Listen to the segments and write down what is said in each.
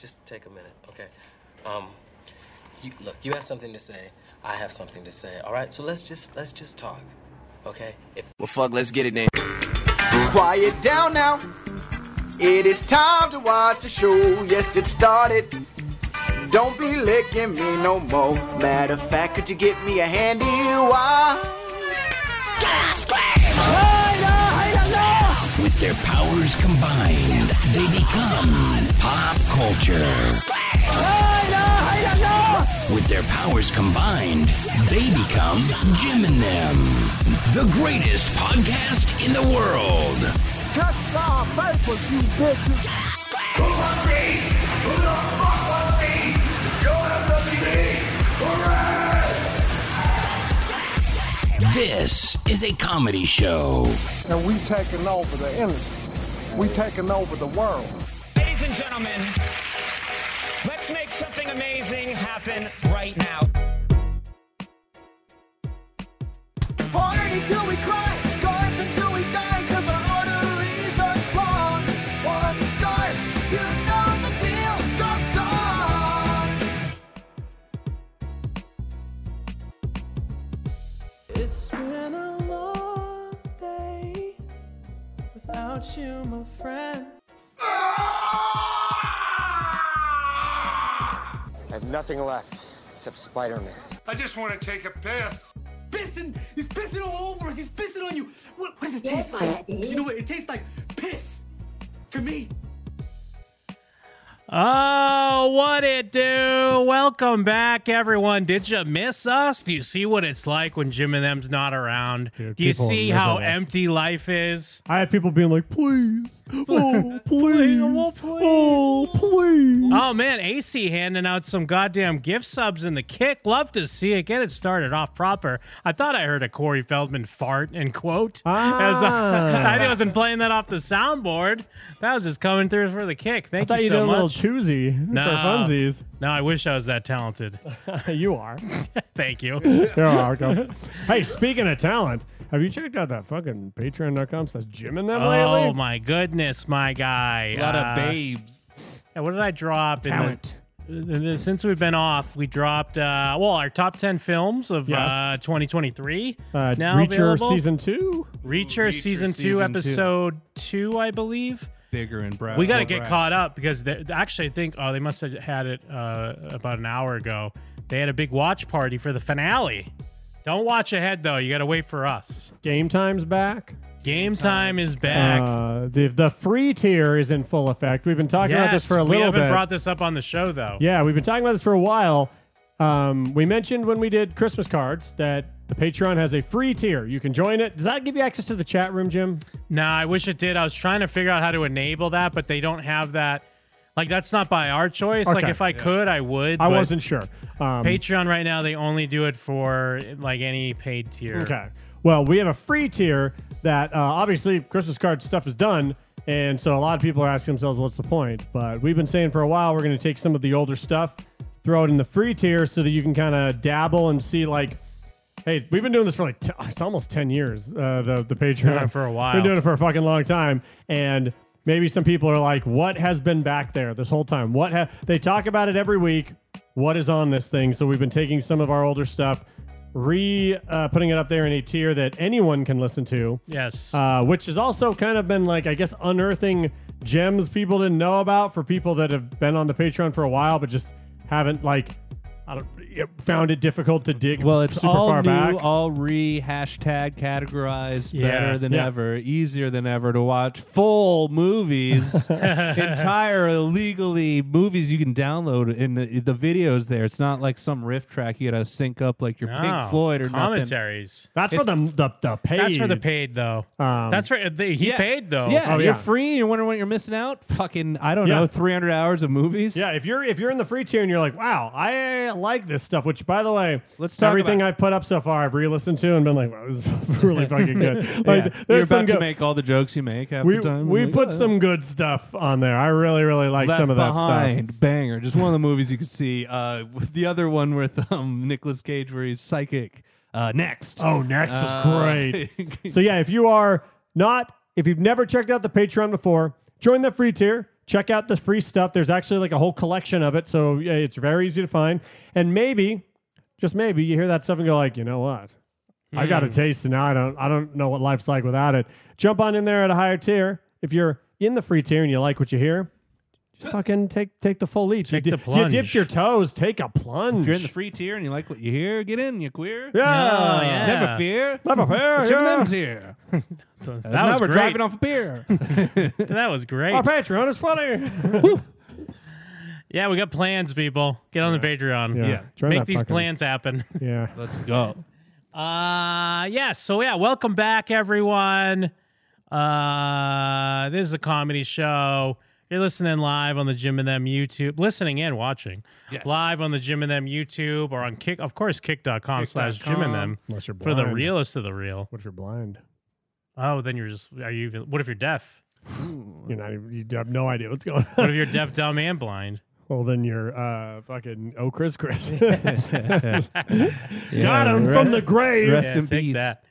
just take a minute, okay? Um, you, look, you have something to say. I have something to say. All right, so let's just let's just talk, okay? If Well, fuck, let's get it then. Quiet down now. It is time to watch the show. Yes, it started. Don't be licking me no more. Matter of fact, could you get me a handy wire? With their powers combined, they become pop culture. With their powers combined, they become Jim and them, the greatest podcast in the world. This is a comedy show. and we taking over the industry. We taking over the world. Ladies and gentlemen, let's make something amazing happen right now. Party till we cry, scarf until we die, cause our arteries are clogged. One scarf, you know the deal, scarf dogs. It's been a long day without you, my friend. I have nothing left except Spider Man. I just want to take a piss. pissing. He's pissing all over us. He's pissing on you. What, what does it taste like? You know what? It tastes like piss to me. Oh, what it do? Welcome back, everyone. Did you miss us? Do you see what it's like when Jim and them's not around? Dude, do you people see are how miserable. empty life is? I had people being like, please, oh, please, oh, please. oh, please. Oh man, AC handing out some goddamn gift subs in the kick. Love to see it. Get it started off proper. I thought I heard a Corey Feldman fart and quote. As Ah. I, I wasn't playing that off the soundboard. That was just coming through for the kick. Thank I thought you you so did a little much. toozy No. for no, I wish I was that talented. funsies. you are. Thank you. You're welcome. hey, speaking of talent, have you checked out that fucking patreon.com slash Jim and them lately? Oh my goodness, my guy. A lot Uh, of babes. Yeah, what did I drop? Talent. In the, in the- since we've been off, we dropped uh, well our top ten films of Yes. uh, 2023. Uh, now Reacher available. season two. Reacher, Reacher season two, season two. episode two, I believe. Bigger and brighter. we got to get caught up because they, actually, I think oh they must have had it uh, about an hour ago. They had a big watch party for the finale. Don't watch ahead though; you got to wait for us. Game time's back. Game time is back. Uh, the the free tier is in full effect. We've been talking about this Yes, for a we little haven't bit. brought this up on the show though. Yeah, we've been talking about this for a while. Um, we mentioned when we did Christmas cards that the Patreon has a free tier. You can join it. Does that give you access to the chat room, Jim? Nah, I wish it did. I was trying to figure out how to enable that, but they don't have that. Like that's not by our choice. Like Okay. if I could, I would. I but wasn't sure. Um, Patreon right now. They only do it for like any paid tier. Okay. Well, we have a free tier that uh, obviously Christmas card stuff is done. And so a lot of people are asking themselves, what's the point? But we've been saying for a while, we're going to take some of the older stuff, throw it in the free tier so that you can kind of dabble and see, like, hey, we've been doing this for like, t- it's almost 10 years, uh, the, the Patreon. it for a while. We've been doing it for a fucking long time. And maybe some people are like, what has been back there this whole time? What ha-? They talk about it every week. What is on this thing? So we've been taking some of our older stuff, re uh, putting it up there in a tier that anyone can listen to, Yes. uh, which has also kind of been like, I guess, unearthing gems people didn't know about for people that have been on the Patreon for a while, but just haven't like. I don't, found it difficult to dig Well, it's super all far new, back. all re hashtag categorized, Yeah. better than Yeah. ever, easier than ever to watch full movies, entire legally movies you can download in the, the videos there. It's not like some riff track you gotta sync up like your No, Pink Floyd or nothing. commentaries. That's for the the the page. That's for the paid though. Um, That's for they, he Yeah. paid though. Yeah, Oh, you're yeah. free. You're wondering what you're missing out. Fucking, I don't Yeah. know, 300 hours of movies. Yeah, if you're if you're in the free tier and you're like, wow, I like this stuff. Which, by the way, Let's talk everything about- I've put up so far, I've re-listened to and been like, wow, this is really fucking good. Like, Yeah. there's You're some about to good- make all the jokes you make half We, the time. we Like, put uh, some good stuff on there. I really really like Left some of that behind, stuff. banger. Just one of the movies you could see. Uh, with the other one with um Nicolas Cage where he's psychic. Uh, next. Oh, next was Uh, great. so yeah, if you are not if you've never checked out the Patreon before, join the free tier. Check out the free stuff. There's actually like a whole collection of it, so yeah, it's very easy to find. And maybe, just maybe, you hear that stuff and go like, you know what? I got a Hmm. Mm. taste, and now I don't. I don't know what life's like without it. Jump on in there at a higher tier. If you're in the free tier and you like what you hear, just fucking take take the full lead. Take you, the di- you plunge. dipped your toes. Take a plunge. If you're in the free tier and you like what you hear, get in. You queer. Yeah. yeah. Never fear. Never fear, Jim yeah. Them's here. That now was we're great. driving off a beer. That was great. Our Patreon is funny. Yeah, we got plans, people. Get on the Patreon. Yeah. Yeah. Try Make not these fucking- plans happen. yeah. Let's go. Uh yeah, so yeah, welcome back everyone. Uh this is a comedy show. You're listening live on the Jim and Them YouTube, listening and watching. Yes. Live on the Jim and Them YouTube or on kick of course kick.com slash Jim and Them Unless you're for the blind. realest of the real. What if you're blind? Oh, then you're just are you even what if you're deaf? You're not. even- You have no idea what's going What on. if you're deaf, dumb, and blind? Well, then you're uh, fucking oh Chris Chris. Got him rest- from the grave. rest in take peace. That.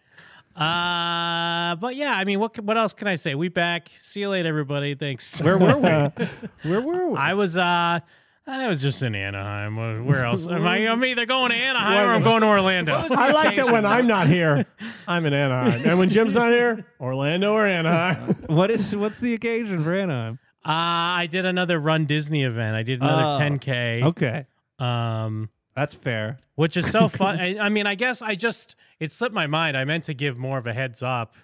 Uh, but yeah, I mean, what c- what else can I say? We back. See you later, everybody. Thanks. Where were we? Where were we? I was uh, I was just in Anaheim. Where- Where else? Am I? I'm either going to Anaheim or I'm going to Orlando. Uh, I like that when I'm not here, I'm in Anaheim, and when Jim's not here, Orlando or Anaheim. What is what's the occasion for Anaheim? Uh, I did another Run Disney event. I did another Oh, 10k. Okay. Um, That's fair. which is so fun. I, I mean, I guess I just it slipped my mind. I meant to give more of a heads up.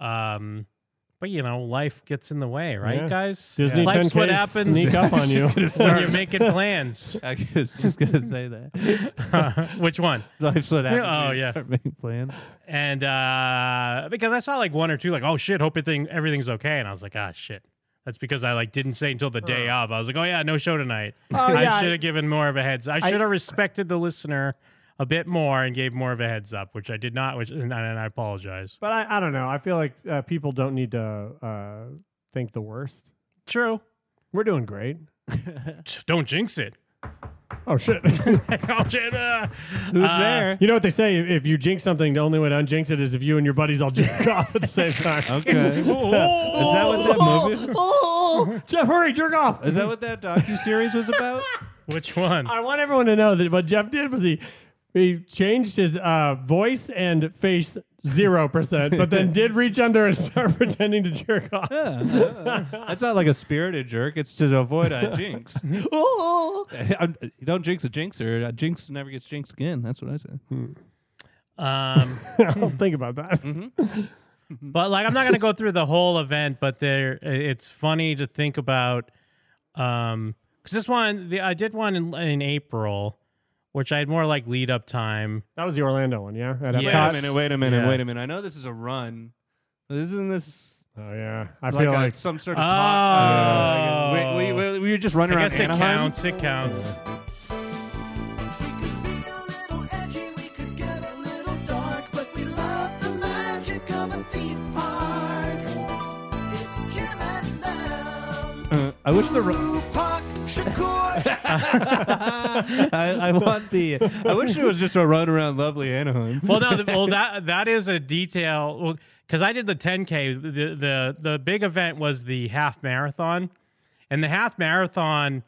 Um, but you know, life gets in the way, right, Yeah. guys? Disney Life's 10Ks what happens sneak up on you. when you're making plans. I was just gonna say that. Which one? Life's what happens. Oh, when you yeah. Start making plans. And uh, because I saw like one or two, like, oh shit, hope everything everything's okay, and I was like, ah shit. That's because I like didn't say until the day of. I was like, oh yeah, no show tonight. I yeah, I- should have given more of a heads. Oh, I should have respected the listener a bit more and gave more of a heads up, which I did not. Which and I, and I apologize. But I, I don't know. I feel like uh, people don't need to uh, think the worst. True. We're doing great. Don't jinx it. Oh shit! oh shit. uh, Who's uh, there? you know what they say? If you jinx something, the only way to unjinx it is if you and your buddies all jerk off at the same time. Okay. Is Oh, that what that movie? Oh, Jeff, hurry, jerk off! Is that what that docu series was about? which one? I want everyone to know that what Jeff did was he he changed his uh, voice and face zero percent, but then did reach under and start pretending to jerk off. That's not like a spirited jerk. It's to avoid a jinx. Oh, I'm- you don't jinx a jinxer. A jinx never gets jinxed again. That's what I said. Um, I'll think about that. Mm-hmm. but like i'm not gonna go through the whole event but there it's funny to think about um because this one the, i did one in, in april which i had more like lead up time That was the Orlando one, yeah. At Wait Yeah. a minute. Wait a minute. Yeah. Wait a minute. I know this is a run. but Isn't this Oh yeah, I like, feel a- like some sort of Oh. top? Uh, like, were, were you- were you just i running around guess it Anaheim? counts it counts Uh, I wish the ru- I, I want the. I wish it was just a run around lovely Anaheim. well no the, well that that is a detail well because i did the 10k the, the the big event was the half marathon and the half marathon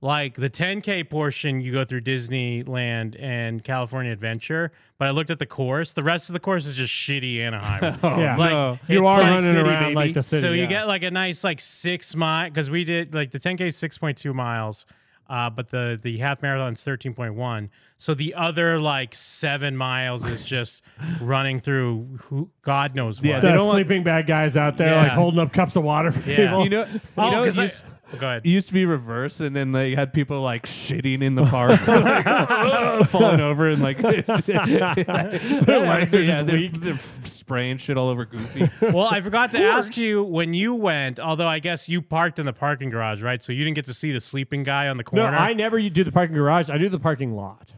like the 10k portion you go through disneyland and california adventure but i looked at the course the rest of the course is just shitty anaheim yeah. like no. Oh, you it's are like- running city, around baby. like the city. so you yeah. get like a nice like six mile because we did like the 10k is 6.2 miles uh, but the the half marathon is 13.1 so the other like seven miles is just running through who god knows what Yeah, the they don't want- sleeping bag guys out there like Yeah. holding up cups of water for people. You know, you Oh, know, 'cause it I- used, go ahead it used to be reverse, and then they had people like shitting in the park, like, falling over, and like, legs are yeah, just they're, weak. they're spraying shit all over Goofy. well, I forgot to ask you when you went, although I guess you parked in the parking garage, right? So you didn't get to see the sleeping guy on the no, corner. I never you do the parking garage. I do the parking lot. Oh,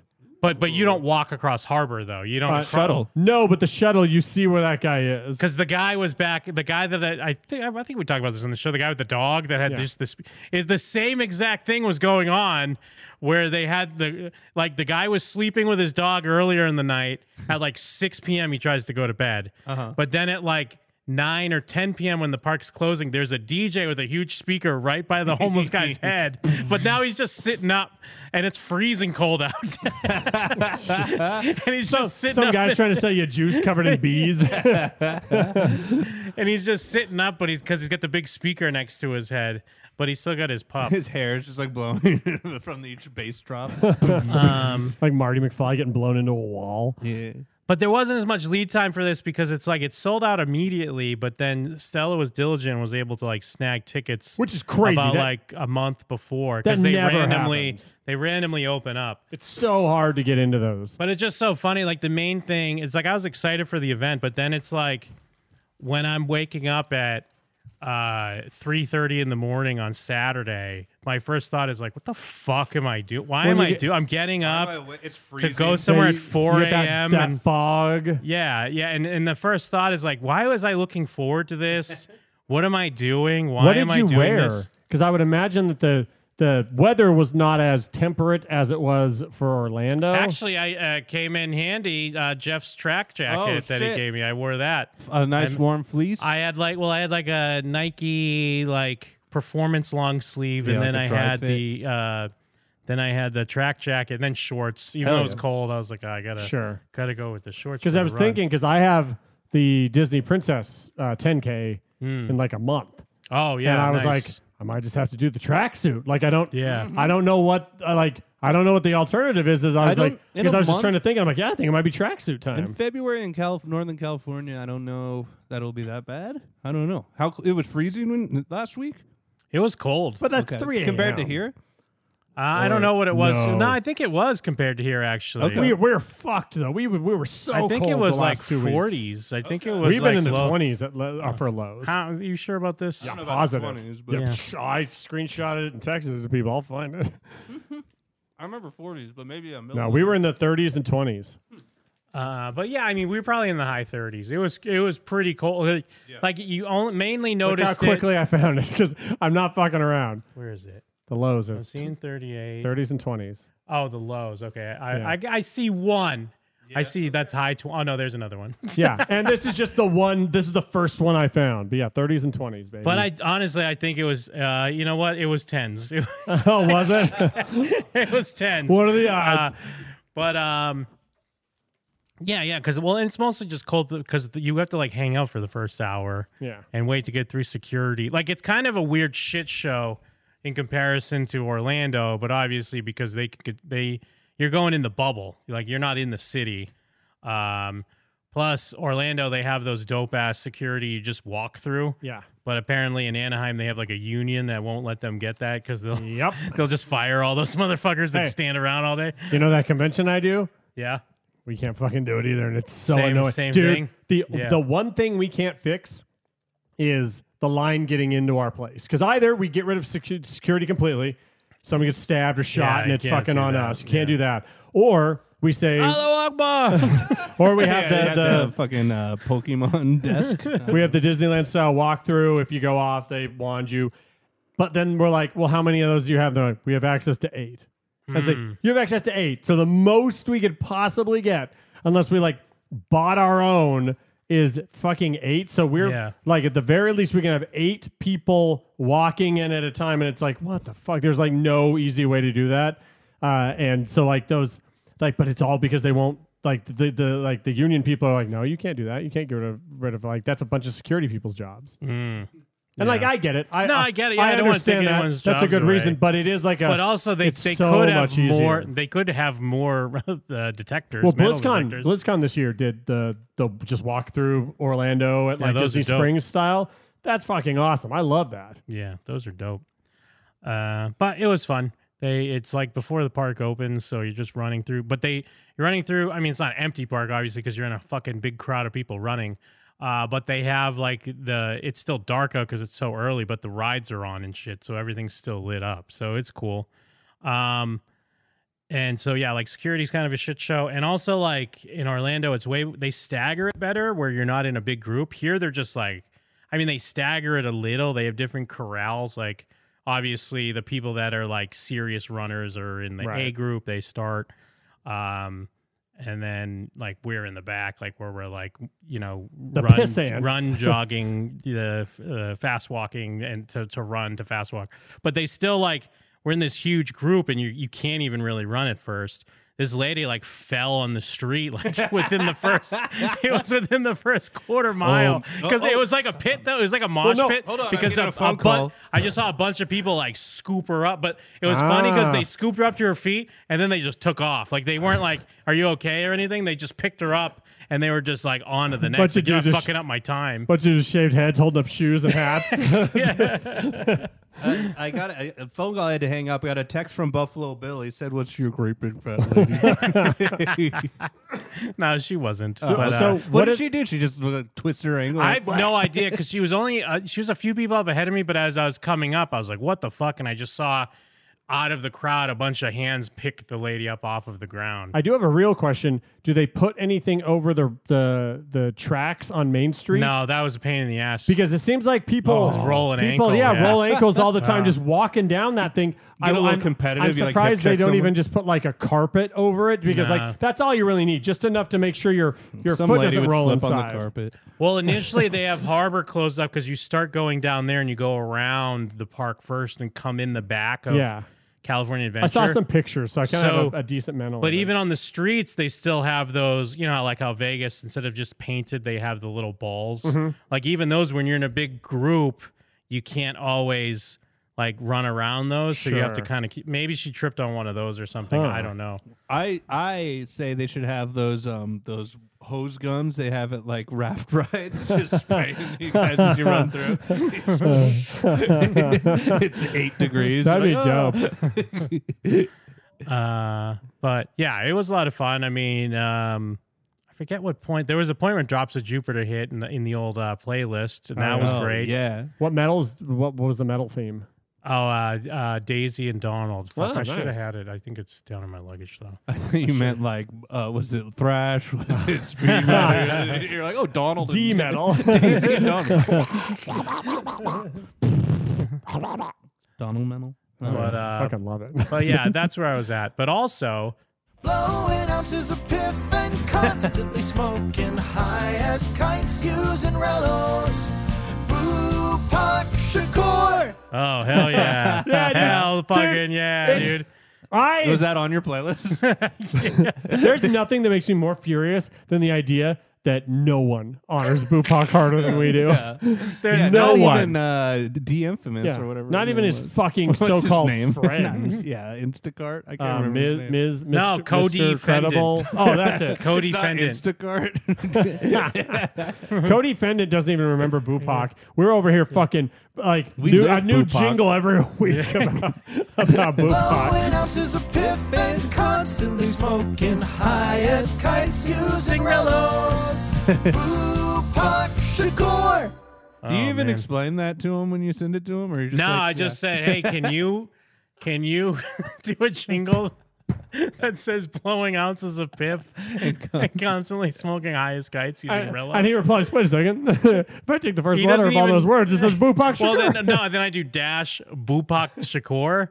but but you don't walk across harbor though. You don't Uh, Shuttle. No, but the shuttle, you see where that guy is. because the guy was back. The guy that I, I think I think we talked about this on the show. The guy with the dog that had Yeah. just this is the same exact thing was going on where they had the like the guy was sleeping with his Uh-huh. dog earlier in the night at like 6 p.m. He tries to go to bed, but then at like 9 or 10 p.m. when the park's closing, there's a DJ with a huge speaker right by the homeless guy's head. But now he's just sitting up and it's freezing cold out. and he's Some- just sitting some up guy's in- trying to sell you juice covered in bees. and he's just sitting up, but he's because he's got the big speaker next to his head, but he's still got his pup. His hair is just like blowing from the each bass drop. Um, like Marty McFly getting blown into a wall. Yeah. But there wasn't as much lead time for this because it's like it sold out immediately, but then Stella was diligent and was able to like snag tickets, Which is crazy. about That- like a month before That because they never randomly they randomly open up. It's so hard to get into those. But it's just so funny. Like the main thing, it's like I was excited for the event, but then it's like when I'm waking up at uh 3:30 in the morning on Saturday, my first thought is like, what the fuck am I doing? Why When am you I get- do? I'm getting up it's to freezing. go somewhere Yeah, at you- 4 you get that- a.m. that and fog. Yeah, yeah. And and the first thought is like, why was I looking forward to this? What am I doing? Why what did am I you doing wear? this? Because I would imagine that the the weather was not as temperate as it was for Orlando. Actually, I uh, came in handy. Uh, Jeff's track jacket that he Oh, shit. gave me, I wore that. A nice And warm fleece. I had like, well, I had like a Nike like performance long sleeve, Yeah, and then like a I dry had fit. the, uh, then I had the track jacket, and then shorts. Even Hell though it was yeah. cold, I was like, oh, I gotta Sure. gotta go with the shorts. because for I the was run. thinking because I have the Disney Princess uh, 10K Hmm. in like a month. Oh yeah, and I was nice. like, I might just have to do the tracksuit. Like I don't, Yeah. I don't know what I like. I don't know what the alternative is. Is I I was don't- like, in because a I was just month- trying to think. I'm like, yeah, I think it might be tracksuit time. in February in Calif- Northern California, I don't know that it'll be that bad. I don't know how cl- it was freezing when, last week. It was cold, but that's Okay. 3 compared to a.m.. here. Uh, I Or- don't know what it was. No. No. I think it was compared to here actually. We, we're fucked though. We were- we were so. I think it cold was the like last two weeks. 40s. I think it was We've been like in the low- 20s at le- uh, for lows. How, are you sure about this? Yeah, know about the positive. 20s, but- yeah, Yeah. psh, I screenshotted it and texted it to people. I'll find it. I remember 40s, but maybe I'm. No, we were in the 30s and 20s. Uh, but yeah, I mean, we were probably in the high 30s. It was it was pretty cold. Like, like, you only mainly Look noticed how quickly I found it because I'm not fucking around. It. Where is it? The lows are I'm seeing 38. 30s and 20s. Oh, the lows. Okay, I Yeah. I, I see one. I see that's high. Tw- oh no, there's another one. Yeah, and this is just the one. This is the first one I found. But yeah, 30s and 20s, baby. But I honestly, I think it was. Uh, you know what? It was tens. It, oh, was it? it was tens. What are the odds? Uh, but um, yeah, yeah. Because well, it's mostly just cold because you have to like hang out for the first hour. Yeah. and wait to get through security. Like it's kind of a weird shit show in comparison to Orlando, but obviously because they could they you're going in the bubble. Like you're not in the city. Um plus Orlando they have those dope ass security you just walk through. Yeah. But apparently in Anaheim they have like a union that won't let them get that cuz they'll Yep. they'll just fire all those motherfuckers that Hey. stand around all day. You know that convention I do? Yeah. We can't fucking do it either, and it's so Same- annoying. same Dude, thing? the Yeah. the one thing we can't fix is the line getting into our place. Because either we get rid of secu- security completely, someone gets stabbed or shot, Yeah, and you it's can't fucking do on that. us. You can't do that. Or we say, Hello Akbar. or we have Oh. Yeah, they the, the have fucking uh, Pokemon desk. we have the Disneyland style walkthrough. If you go off, they wand you. But then we're like, well, how many of those do you have? They're like, we have access to eight. I was like, you have access to eight. So the most we could possibly get, unless we like bought our own, is fucking eight. So we're Yeah. like, at the very least, we can have eight people walking in at a time. And it's like, what the fuck? There's like no easy way to do that. Uh, and so like those, like, but it's all because they won't like the, the like the union people are like, no, you can't do that. You can't get rid of, rid of like that's a bunch of security people's jobs. And like I get it. I No, I get it. Yeah, I, I don't wanna take understand that. anyone's That's a jobs good away. reason, but it is like a. But also they, it's they so could have much easier. more they could have more uh, detectors. Well, metal BlizzCon detectors. BlizzCon this year did the the just walk through Orlando at Yeah, like those Disney are dope. Springs style. That's fucking awesome. I love that. Yeah, those are dope. Uh, but it was fun. They it's like before the park opens, so you're just running through. But they you're running through. I mean, it's not an empty park, obviously, because you're in a fucking big crowd of people running. Uh, but they have like the it's still dark out because it's so early, but the rides are on and shit, so everything's still lit up. So it's cool. Um, and so yeah, like security's kind of a shit show. And also like in Orlando, it's way they stagger it better where you're not in a big group. Here they're just like I mean, they stagger it a little. They have different corrals. Like obviously the people that are like serious runners are in the A Right. group, they start. Um and then like we're in the back, like where we're like you know The run piss ants. run jogging, the uh, fast walking, and to to run to fast walk. But they still like we're in this huge group, and you you can't even really run at first. This lady like fell on the street like within the first it was within the first quarter mile Oh, because it oh. was like a pit though it was like a mosh no, pit hold on, I'm because getting a, a phone bu- call. I just saw a bunch of people like scoop her up, but it was funny 'cause funny because Ah. they scooped her up to her feet and then they just took off. Like they weren't like, "Are you okay?" or anything. They just picked her up and they were just like on to the next. Bunch of like, you're not dudes just- fucking up my time. Bunch of shaved heads holding up shoes and hats. I, I got a, a phone call. I had to hang up. I got a text from Buffalo Bill. He said, "What's your great big fat lady?" no, she wasn't. Uh, but, uh, so what, did she do? She just uh, twisted her ankle. I have no idea because she was only uh, she was a few people up ahead of me. But as I was coming up, I was like, "What the fuck?" And I just saw out of the crowd a bunch of hands pick the lady up off of the ground. I do have a real question. Do they put anything over the the the tracks on Main Street? No, that was a pain in the ass. Because it seems like people Oh, just rolling people, ankle, yeah, yeah. roll ankles all the time, Uh. just walking down that thing. Uh-huh. a little I'm- competitive, I'm you, like, hip surprised they check don't someone. even just put like a carpet over it because Nah. like that's all you really need, just enough to make sure your your Some foot lady doesn't would roll slip on the inside. carpet. Well, initially they have Harbor closed up because you start going down there and you go around the park first and come in the back of Yeah. California Adventure. I saw some pictures, so I kind So- of have a, a decent mental. But image. even on the streets, they still have those. You know, like how Vegas, instead of just painted, they have the little balls. Mhm. Like even those, when you're in a big group, you can't always like run around those. So you have to Sure. kind of keep. Maybe she tripped on one of those or something. Huh. I don't know. I I say they should have those um those hose gums they have at like raft rides just spraying you guys as you run through. it's eight degrees. That'd be Like, oh, dope. uh, but yeah, it was a lot of fun. I mean, um, I forget what point there was a point when Drops of Jupiter hit in the in the old uh, playlist, and that Oh, was yeah. great. Yeah. what metals? What, what was the metal theme? Oh, uh, uh, Daisy and Donald. Fuck, Oh, I should have nice. Oh, had it. I think it's down in my luggage though. I think you meant like uh, was it thrash? Was it speed metal? You're like oh Donald and- D metal. Daisy and Donald. Donald metal. But uh, fucking love it. but yeah, that's where I was at. But also, Blowing ounces of piff and constantly smoking high as kites using Rellos. Brew Pak Shakur. oh hell yeah, Yeah, dude. hell fucking yeah, it's- dude. I was that on your playlist? There's nothing that makes me more furious than the idea that no one honors Bupak harder than we do. Yeah. There's Yeah, no not one. even uh, D infamous Yeah. or whatever. Not even his was. fucking What's his so-called name? friends. yeah, Instacart. I can't Uh, remember. his Ms. name. Ms. No, Mr. Cody Mr. Fendon. Credible. Oh, that's it. Co- Cody it's not Fendon. Instacart. Cody Fendon doesn't even remember Bupak. We're over here fucking like We new, a live new Bupak. jingle every week about, about Bupak. Blowing ounces of piff and constantly smoking high as kites using Rellos. Brew Pak Shakur. Do you Oh, even man. explain that to him when you send it to him, or you just no, like, I just said, hey, can you can you do a jingle that says blowing ounces of piff and constantly smoking high as kites using And, Rellos? and he replies, wait a second. if I take the first He letter of doesn't all even- those words, it says Bupak. well, sugar. then no, then I do dash Bupak Shakur,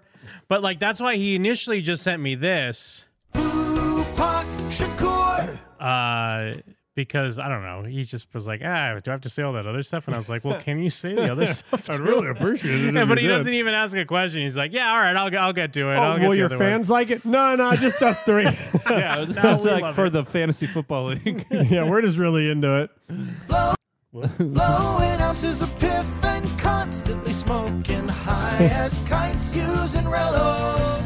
but like that's why he initially just sent me this Brew Pak Shakur. uh, because I don't know. He just was like, ah, do I have to say all that other stuff? And I was like, well, can you say the other stuff? I'd too?" really appreciate it if Yeah, you but he did. doesn't even ask a question. He's like, yeah, all right, I'll get, I'll get to it. I'll Oh, get will the your other fans like it? No, no, just us three. yeah, this No, is we like love for it. the fantasy football league. yeah, we're just really into it. Blowing ounces of piff and constantly smoking high as kites using Rellos.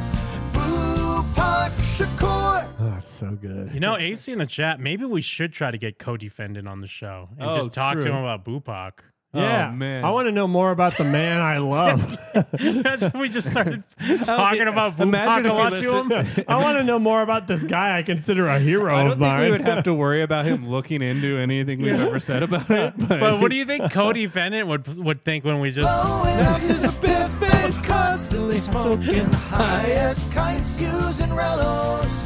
Brew Pak Shakur. Oh, it's so good. You know, AC in the chat, maybe we should try to get co-defendant on the show and Oh, just talk to true. him about Bupak. Yeah, oh, man. I want to know more about the man I love. Imagine if we just started talking about Bupak Oh, Imagine a if we lot to him. Oh, listened- I want to know more about this guy I consider a hero I of don't think mine. we would have to worry about him looking into anything we've ever said about it. But, But what do you think co-defendant would would think when we just Blowing ounces of piff and constantly smoking high as kites using Rellos.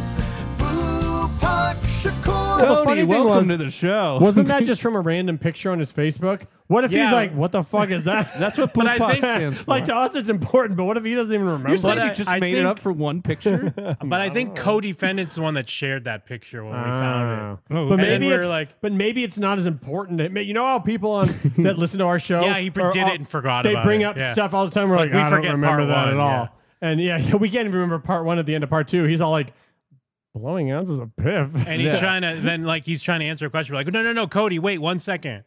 Brew Pak Shakur. Well, the funny thing was- Wasn't that just? just from a random picture on his Facebook? What if he's Yeah. like, "What the fuck is that?" That's what But I Pupak think- stands for. Like to us, it's important, but what if he doesn't even remember? You're saying you just made it up for one picture? But I think co-defendant's the one that shared that picture when we Ah. found it. but Oh, And then Oh, maybe we were it's like, like, but maybe it's not as important. It may- You know how people on that listen to our show, Yeah, he are did all- it and forgot They about bring it. up Yeah. stuff all the time. We're like, Like, we I don't forget remember part that at one, all. yeah. And yeah, we can't even remember part one at the end of part two. He's all like, blowing ounces of piff, and he's trying to then like he's trying to answer a question. We're like, no, no, no, Cody, wait one second.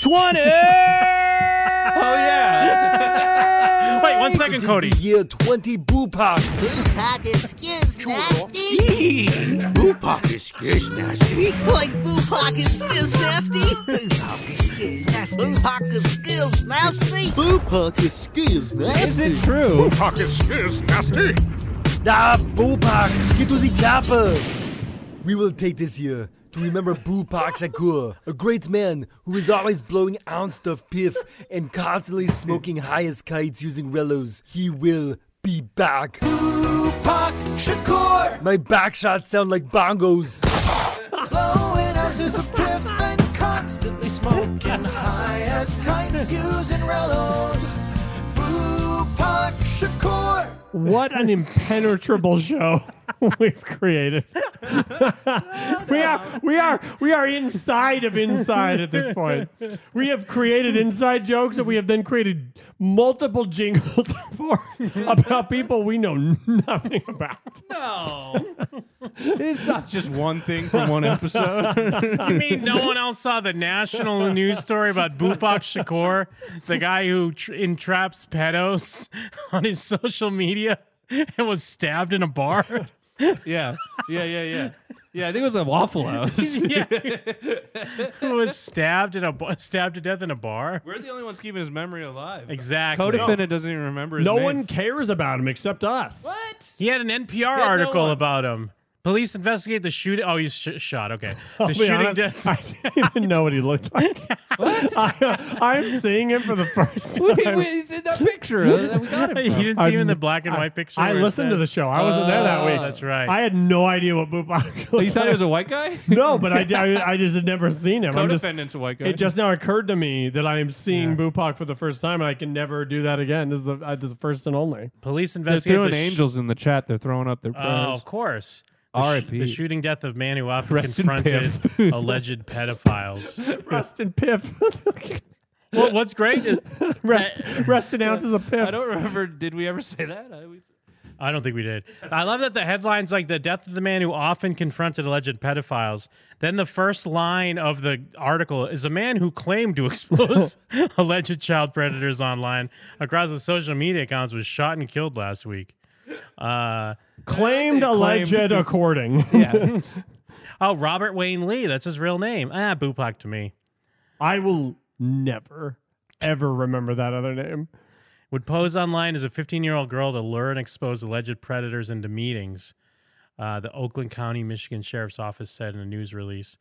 Twenty. Oh yeah. Wait one second, Cody. year 20 Bupak. Bupak is skis nasty. Bupak is skis nasty. Like Boopak is skills nasty. Boopak is skills nasty. Boopak is skills nasty. Bupak is skis nasty. Is it true? Bupak is skis nasty. Nah, Bupak, get to the chopper. We will take this year to remember Bupak Shakur, a great man who is always blowing ounce of piff and constantly smoking high as kites using relos. He will be back. Bupak Shakur! My back shots sound like bongos. Blowing ounces of piff and constantly smoking high as kites using relos. Bupak Shakur. What an impenetrable show we've created. we are we are we are inside of inside at this point. We have created inside jokes and we have then created multiple jingles for about people we know nothing about. it's not just one thing from one episode. you mean no one else saw the national news story about Bupak Shakur, the guy who tr- entraps pedos on his social media and was stabbed in a bar? yeah, yeah, yeah, yeah. Yeah, I think it was a Waffle House. yeah. Who was stabbed in a bar, stabbed to death in a bar? We're the only ones keeping his memory alive. Exactly. Co-defendant doesn't even remember his No name. one cares about him except us. What? He had an NPR no article one. about him. Police investigate the shooting. Oh, he's sh- shot. Okay. The I'll be shooting honest, death. I didn't even know what he looked like. I, I'm seeing him for the first time. Wait, wait, he's in that picture that we got him You from. didn't see him in the black and I- white picture. I where it listened to said- the show. I wasn't there that Oh, week. That's right. I had no idea what Bupak. You Oh, thought he was a white guy? No, but I, I, I just had never seen him. I'm just- Co-defendant's a white guy. It just now occurred to me that I am seeing Bupak for the first time, and I can never do that again. This is the, uh, this is the first and only. Police They're investigate throwing the sh- angels in the chat. They're throwing up their Oh, prayers. of course. The sh- R.I.P.. the shooting death of man who often Rest in confronted piff. alleged pedophiles. Rest in piff. Well, what's great is rest, rest in ounces of piff. I don't remember. Did we ever say that? I always- I don't think we did. I love that the headlines like the death of the man who often confronted alleged pedophiles. Then the first line of the article is a man who claimed to expose alleged child predators online across his social media accounts was shot and killed last week. Uh, claimed alleged according. Yeah. oh, Robert Wayne Lee. That's his real name. Ah, Bupak to me. I will never, ever remember that other name. would pose online as a 15 year old girl to lure and expose alleged predators into meetings. Uh, the Oakland County, Michigan Sheriff's Office said in a news release.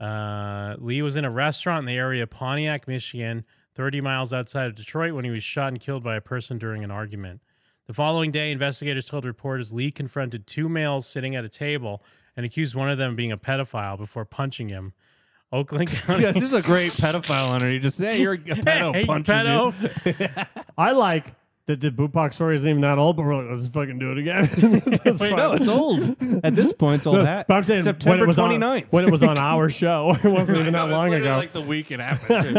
Uh, Lee was in a restaurant in the area of Pontiac, Michigan, 30 miles outside of Detroit, when he was shot and killed by a person during an argument. The following day, investigators told reporters Lee confronted two males sitting at a table and accused one of them of being a pedophile before punching him. Oakland County. Yeah, this is a great pedophile hunter. You just say you're a pedo Hey, punches pedo. you. I like that the Bupak story isn't even that old, but we're like, let's fucking do it again. That's Wait, fine. no, it's old. At this point, it's all No, that. But I'm saying September when it was 29th. On, when it was on our show, it wasn't even that long ago. Like the week it happened.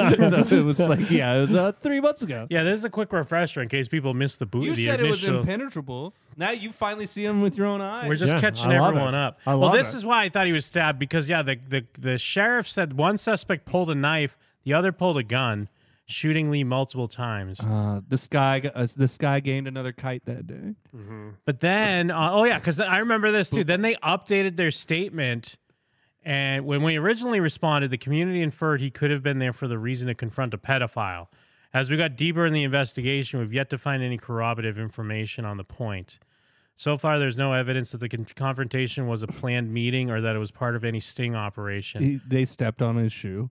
it was like yeah, it was uh, three months ago. Yeah, this is a quick refresher in case people missed the boot. You the said it was initial- impenetrable. Now you finally see him with your own eyes. We're just catching everyone up. I well, love this it. is why I thought he was stabbed because yeah, the, the the sheriff said one suspect pulled a knife, the other pulled a gun, shooting Lee multiple times. Uh, this guy, got- uh, this guy gained another kite that day. But then, uh, oh yeah, because I remember this too. Then they updated their statement, and when we originally responded, the community inferred he could have been there for the reason to confront a pedophile. As we got deeper in the investigation, we've yet to find any corroborative information on the point. So far, there's no evidence that the con- confrontation was a planned meeting or that it was part of any sting operation. He, they stepped on his shoe.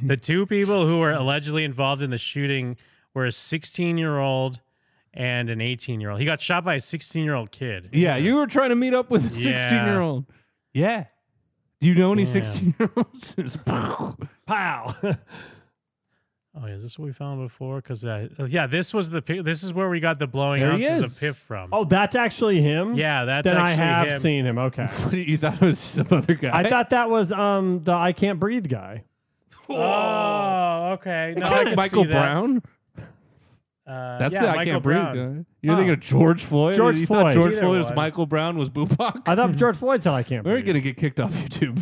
The two people who were allegedly involved in the shooting were a 16 year old and an 18 year old. He got shot by a 16 year old kid. Yeah, you were trying to meet up with a Yeah. sixteen-year-old. Yeah. Do you know any Damn. 16 year olds? It's pow. pow. Oh, yeah, is this what we found before? Because uh, yeah, this was the pi- this is where we got the blowing There he ounces of is. piff from. Oh, that's actually him. Yeah, that's Then I actually have him. seen him. Okay, you thought it was some other guy. I thought that was um the I can't breathe guy. Oh, okay. No, I can Michael see that. Brown? Uh, That's yeah, the I Michael can't breathe Brown. guy. You're thinking of George Floyd? Oh. George you Floyd. thought George Either Floyd's one. Michael Brown was Bupak? I thought George Floyd said I can't. We're going to get kicked off YouTube.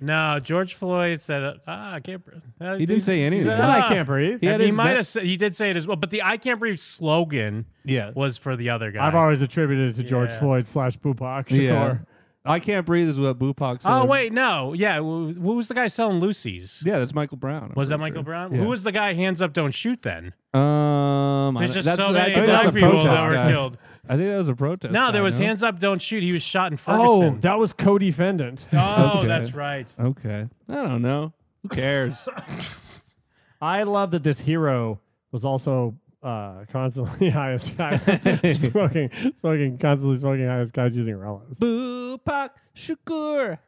No, George Floyd said, uh, "Ah, I can't breathe." Uh, He didn't say anything. He said, "I can't breathe." He, He had his might neck- have. Said, he did say it as well, but the "I can't breathe" slogan, Yeah. was for the other guy. I've always attributed it to George Yeah. Floyd slash Bupak. Yeah. Shakur. I can't breathe is what Bupak said. oh wait, no, yeah. wh- Who was the guy selling Lucy's? Yeah, that's Michael Brown. I'm Was that pretty Michael sure. Brown? Yeah. Who was the guy? Hands up, don't shoot. Then Um, There's I, just that's, so that- I many think black that's a people that protest were guy. killed. I think that was a protest. no, there guy, was no? hands up, don't shoot. He was shot in Oh, Ferguson. that was Cody Fendant. Oh, Okay. Uh, that's right. Okay. I don't know. Who cares? I love that this hero was also uh, constantly high as guys, smoking, smoking, constantly smoking high as guys using Rellos. Bupak Shakur.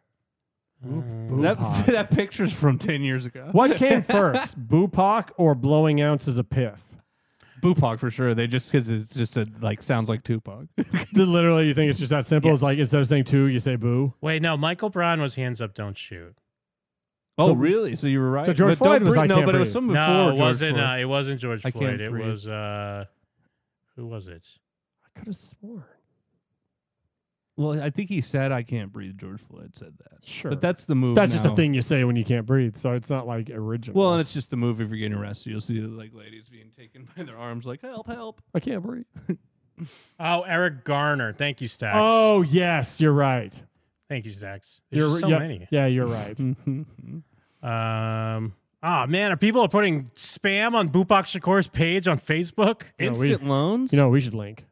That, Bupak. that picture's from 10 years ago. What came first, Bupak or blowing ounces of piff? Bupak for sure. They just, because it's just a, like, sounds like Tupac. Literally, you think it's just that simple? It's like instead of saying two, you say boo. Wait, no, Michael Brown was hands up, don't shoot. Oh, really? So you were right. So But George don't Floyd was breathe- I No, Can't but it was Breathe. something before No, it George wasn't. Floyd. Uh, it wasn't George I Floyd. Can't It Breathe. was uh, who was it? I could have sworn. Well, I think he said, I can't breathe. George Floyd said that. Sure. But that's the move. That's just now. a thing you say when you can't breathe. So it's not like original. Well, and it's just the move if you're getting arrested. You'll see, like, ladies being taken by their arms, like, help, help. I can't breathe. Oh, Eric Garner. Thank you, Stacks. Oh yes, you're right. Thank you, Stacks. There's You're just so yeah, many. Yeah, you're right. Um. Ah, man, are people putting spam on Bupak Shakur's page on Facebook? You know, we- Instant loans? You know, we should link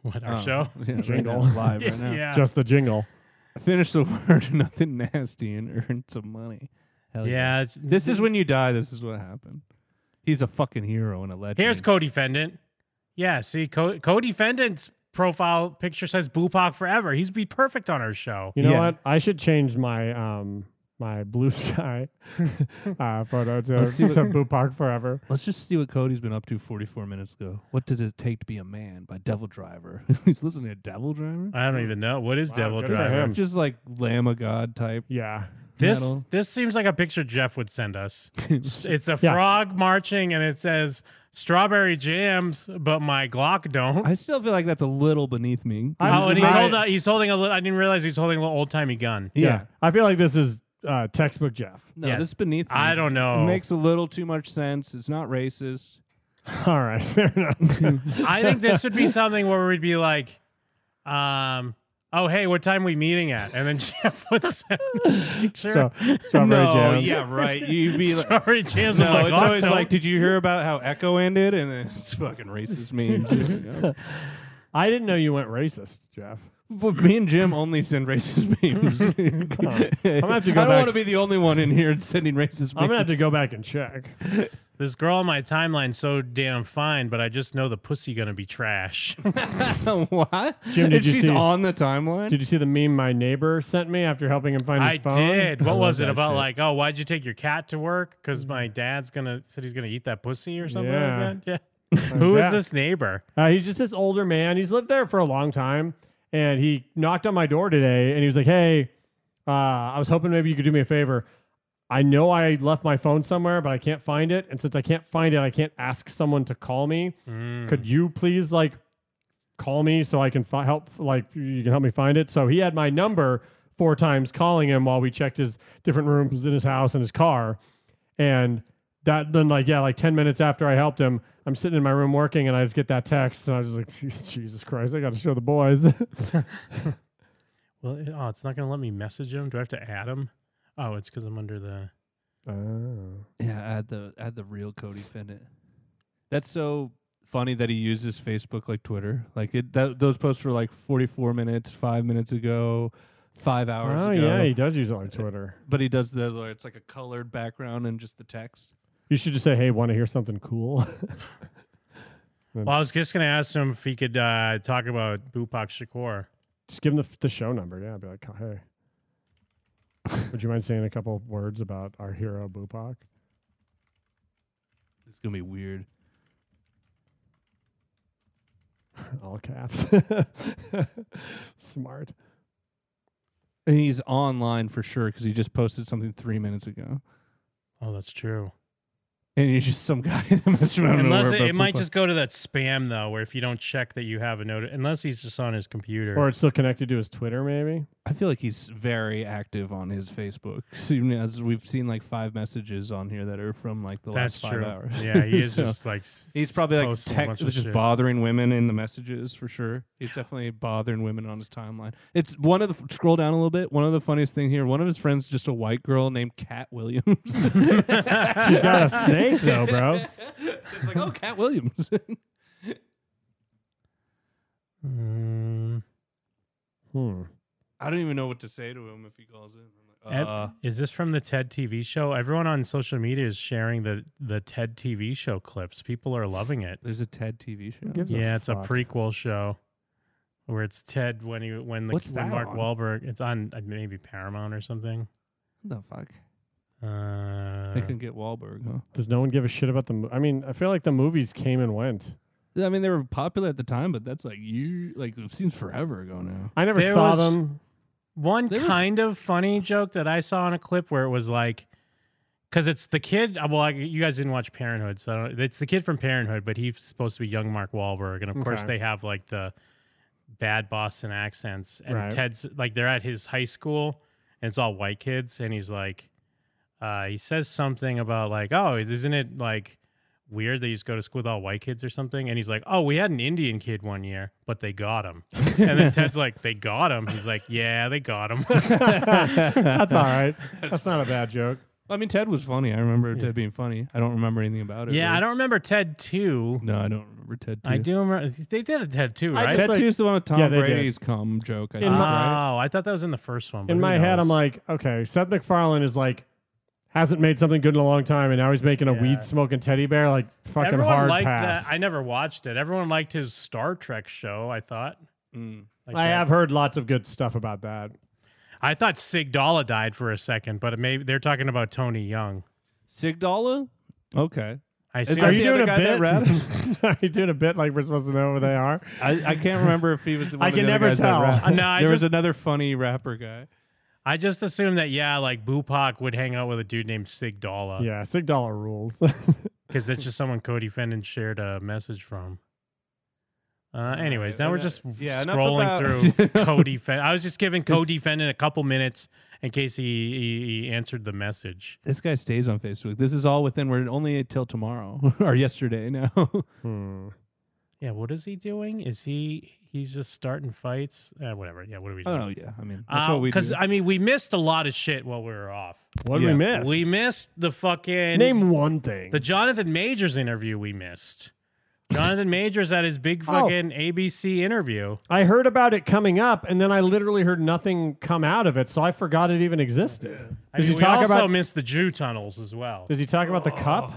What our Oh, show? yeah, right Jingle. now, live right now. Yeah. just the jingle. Finish the word, nothing nasty, and earn some money. Hell Yeah, yeah. Mm-hmm. it's- This is when you die. This is what happened. He's a fucking hero and a legend. Here's co-defendant. Yeah, see, co- co-defendant's profile picture says Bupak forever. He's be perfect on our show. You know Yeah. what? I should change my um my blue sky uh, photo to, Let's see to what- Bupak forever. Let's just see what Cody's been up to 44 minutes ago. What did it take to be a man by Devil Driver? He's listening to Devil Driver? I don't even know what is Wow, Devil good for Driver. him. Just like Lamb of God type. Yeah. This metal. this seems like a picture Jeff would send us. it's a Yeah. frog marching, and it says strawberry jams, but my Glock don't. I still feel like that's a little beneath me. oh, and he's, I- holding a, he's holding a little. I didn't realize he's holding a little old timey gun. Yeah. Yeah. I feel like this is uh, textbook Jeff. No, Yeah. this is beneath me. I don't know. It makes a little too much sense. It's not racist. All right, fair enough. I think this would be something where we'd be like, um, oh hey, what time we meeting at? And then Jeff would send this picture. so, strawberry no, jam. yeah, right. You'd be like, Strawberry jams. with no, my it's Glock always don't. like, did you hear about how Echo ended? And then it's fucking racist memes. I didn't know you went racist, Jeff. But me and Jim only send racist memes. Oh. I'm gonna have to go I don't back- want to be the only one in here sending racist memes. I'm gonna have to go back and check. this girl on my timeline so damn fine, but I just know the pussy gonna be trash. what? Jim, did and you she's see- on the timeline. Did you see the meme my neighbor sent me after helping him find his I phone? did. What love was it that about? shit. Like, oh, why'd you take your cat to work? Because my dad's gonna said he's gonna eat that pussy or something Yeah. like that. Yeah. Who is bet. this neighbor? Uh, he's just this older man. He's lived there for a long time, and he knocked on my door today, and he was like, "Hey, uh, I was hoping maybe you could do me a favor. I know I left my phone somewhere, but I can't find it, and since I can't find it, I can't ask someone to call me. Could you please like call me so I can fi- help? Like you can help me find it." So he had my number four times, calling him while we checked his different rooms in his house and his car, and that then like yeah like 10 minutes after i helped him i'm sitting in my room working and i just get that text and i was just like "Jeez, jesus christ i gotta show the boys Oh. Well, it- oh, it's not gonna let me message him. Do I have to add him? Oh, it's because I'm under the. oh. Yeah, add the add the real Cody Fennett. That's so funny that he uses Facebook like Twitter. Like it, that, those posts were like forty four minutes, five minutes ago, five hours Oh, ago. yeah he does use it on twitter But he does the where it's like a colored background and just the text. you should just say hey want to hear something cool Well, I was just gonna ask him if he could uh, talk about Bupak Shakur. just give him the, the show number yeah be like hey Would you mind saying a couple words about our hero Bupak? It's gonna be weird. All caps. Smart. And he's online for sure because he just posted something three minutes ago. Oh, that's true. And he's just some guy that must remember. Unless it, it might just go to that spam though, where if you don't check that you have a note, unless he's just on his computer. Or it's still connected to his Twitter, maybe. I feel like he's very active on his Facebook. Even as we've seen like five messages on here that are from like the That's last true. five hours. Yeah, he is just, like, he's probably like posting a tech, bunch of just shit. bothering women in the messages for sure. He's definitely bothering women on his timeline. It's one of the scroll down a little bit. One of the funniest thing here. One of his friends, just a white girl named Cat Williams. She's got a snake though, bro. It's like oh, Cat Williams. Mm. Hmm. I don't even know what to say to him if he calls in. I'm Ev- like, uh, is this from the TED TV show? Everyone on social media is sharing the the TED TV show clips. People are loving it. There's a TED TV show. gives a Yeah, it's a fuck? prequel show where it's Ted when he when the What's when that Mark on? Wahlberg. It's on uh, maybe Paramount or something. what the fuck? Uh, They couldn't get Wahlberg, huh? Does no one give a shit about the? Mo- I mean, I feel like the movies came and went. I mean, they were popular at the time, but that's like you like it seems forever ago now. I never There saw was- them. One kind of funny joke that I saw in a clip where it was like, because it's the kid. uh, Well, I, you guys didn't watch Parenthood, so I don't, it's the kid from Parenthood, but he's supposed to be young Mark Wahlberg, and of course Okay. they have like the bad Boston accents, and Right. Ted's like they're at his high school, and it's all white kids, and he's like, uh, he says something about like, oh, isn't it like weird that you just go to school with all white kids or something? And he's like, oh, we had an Indian kid one year, but they got him. and then Ted's like, they got him. He's like, yeah, they got him. That's all right. That's not a bad joke. I mean, Ted was funny. I remember Ted being funny. I don't remember anything about it. Yeah, I really. don't remember Ted two. No, I don't remember Ted. Two. I do remember they did a Ted two, I right? Ted two is the one with Tom Yeah, they did. Brady's cum joke. I In think, oh, right? I thought that was in the first one. but In who my head, knows? I'm like, okay, Seth MacFarlane is like, hasn't made something good in a long time, and now he's making a weed smoking teddy bear. Like fucking Everyone hard liked pass. that. I never watched it. Everyone liked his Star Trek show. I thought. Like I that. have heard lots of good stuff about that. I thought Sig Dalla died for a second, but it may, they're talking about Tony Young. Sigdala. Okay. I Is see. that the other guy that bit? are you doing a bit like we're supposed to know who they are? I, I can't remember if he was. the One I of can the other never guys that tell. rapped. No, I there was just- another funny rapper guy. I just assumed that yeah, like Bupac would hang out with a dude named Sig Dalla Yeah, Sig Dollar rules. because that's just someone Cody Fenton shared a message from. Uh, anyways, now we're enough- just yeah, enough scrolling about- through Cody Fenton. I was just giving Cody Fenton a couple minutes in case he, he, he answered the message. This guy stays on Facebook. This is all within. We're only till tomorrow or yesterday Oh, now. Yeah, what is he doing? Is he he's just starting fights? Uh, whatever. Yeah, what are we doing? Oh, yeah. I mean, that's what we Because do. I mean, we missed a lot of shit while we were off. What did we Yeah. miss? We missed the fucking Name one thing. The Jonathan Majors interview we missed. Jonathan Majors at his big Oh. fucking ABC interview. I heard about it coming up, and then I literally heard nothing come out of it, so I forgot it even existed. I Does mean, he we talk also about? missed the Jew tunnels as well. does he talk about the cup?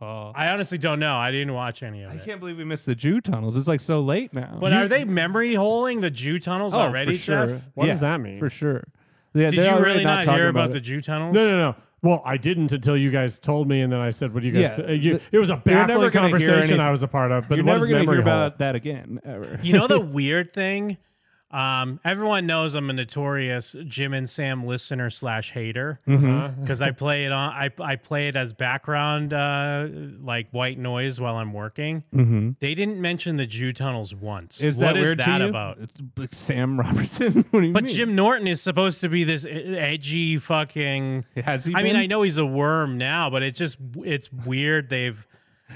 I honestly don't know. I didn't watch any of I it. can't believe we missed the Jew tunnels. It's like so late now. Uh, But are they memory holing the Jew tunnels Oh, already, for sure. Jeff? What does that mean? For sure. Yeah, Did they're you already really not talking hear about it. the Jew tunnels? No, no, no. Well, I didn't until you guys told me, and then I said, "What do you guys?" Yeah. uh, you- it was a You're never baffling gonna hear conversation anything. I was a part of. But You're what never is gonna memory hear hole? about that again ever. You know the weird thing? Um, everyone knows I'm a notorious Jim and Sam listener slash hater because Mhm. I play it on I I play it as background uh, like white noise while I'm working. Mhm. They didn't mention the Jew tunnels once. is What that weird to that you? about? It's b- Sam Robertson. what do you But mean? Jim Norton is supposed to be this e- edgy fucking. Has he I mean, been? I know he's a worm now, but it's just it's weird. They've,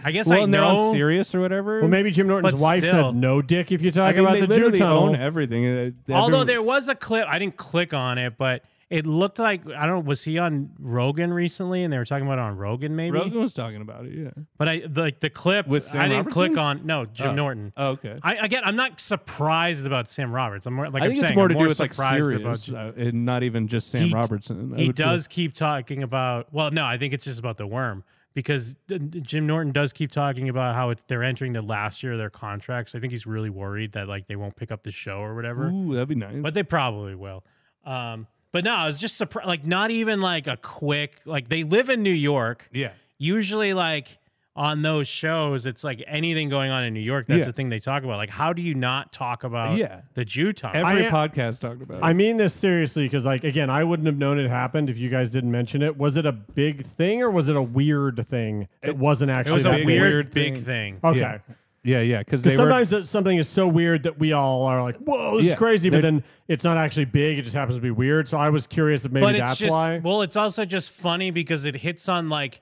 I guess, well, I and they're know. on serious or whatever. Well, maybe Jim Norton's But wife still. said no dick if you I talk mean, about they the Jew literally tunnel. own everything. Uh, Although everyone- there was a clip, I didn't click on it, but it looked like I don't. Was he on Rogan recently? And they were talking about it on Rogan, maybe. Rogan was talking about it. Yeah, But I like the clip. With Sam I didn't Robertson? click on. No, Jim Oh. Norton. Oh, okay. I again, I'm not surprised about Sam Roberts. I'm more like I I'm think saying, it's more I'm to do with like surprised about serious Jim- uh, and not even just Sam He- Robertson. I He would feel- does keep talking about. Well, no, I think it's just about the worm because uh, Jim Norton does keep talking about how it's, they're entering the last year of their contracts. I think he's really worried that like they won't pick up the show or whatever. Ooh, that'd be nice. but they probably will. Um, But no, I was just surprised. Like, not even like a quick. Like, they live in New York. Yeah. Usually, like on those shows, it's like anything going on in New York. That's Yeah. the thing they talk about. Like, how do you not talk about Yeah. the Jew talk? Every podcast talked about it. I mean this seriously because, like, again, I wouldn't have known it happened if you guys didn't mention it. Was it a big thing or was it a weird thing? It, wasn't actually. was a that big, big? weird, big thing. Okay. Yeah. Yeah, yeah, because 'Cause they were sometimes that something is so weird that we all are like, "Whoa, this Yeah. is crazy," but They're- then it's not actually big; it just happens to be weird. So I was curious if maybe but it's that's just why. well, it's also just funny because it hits on like,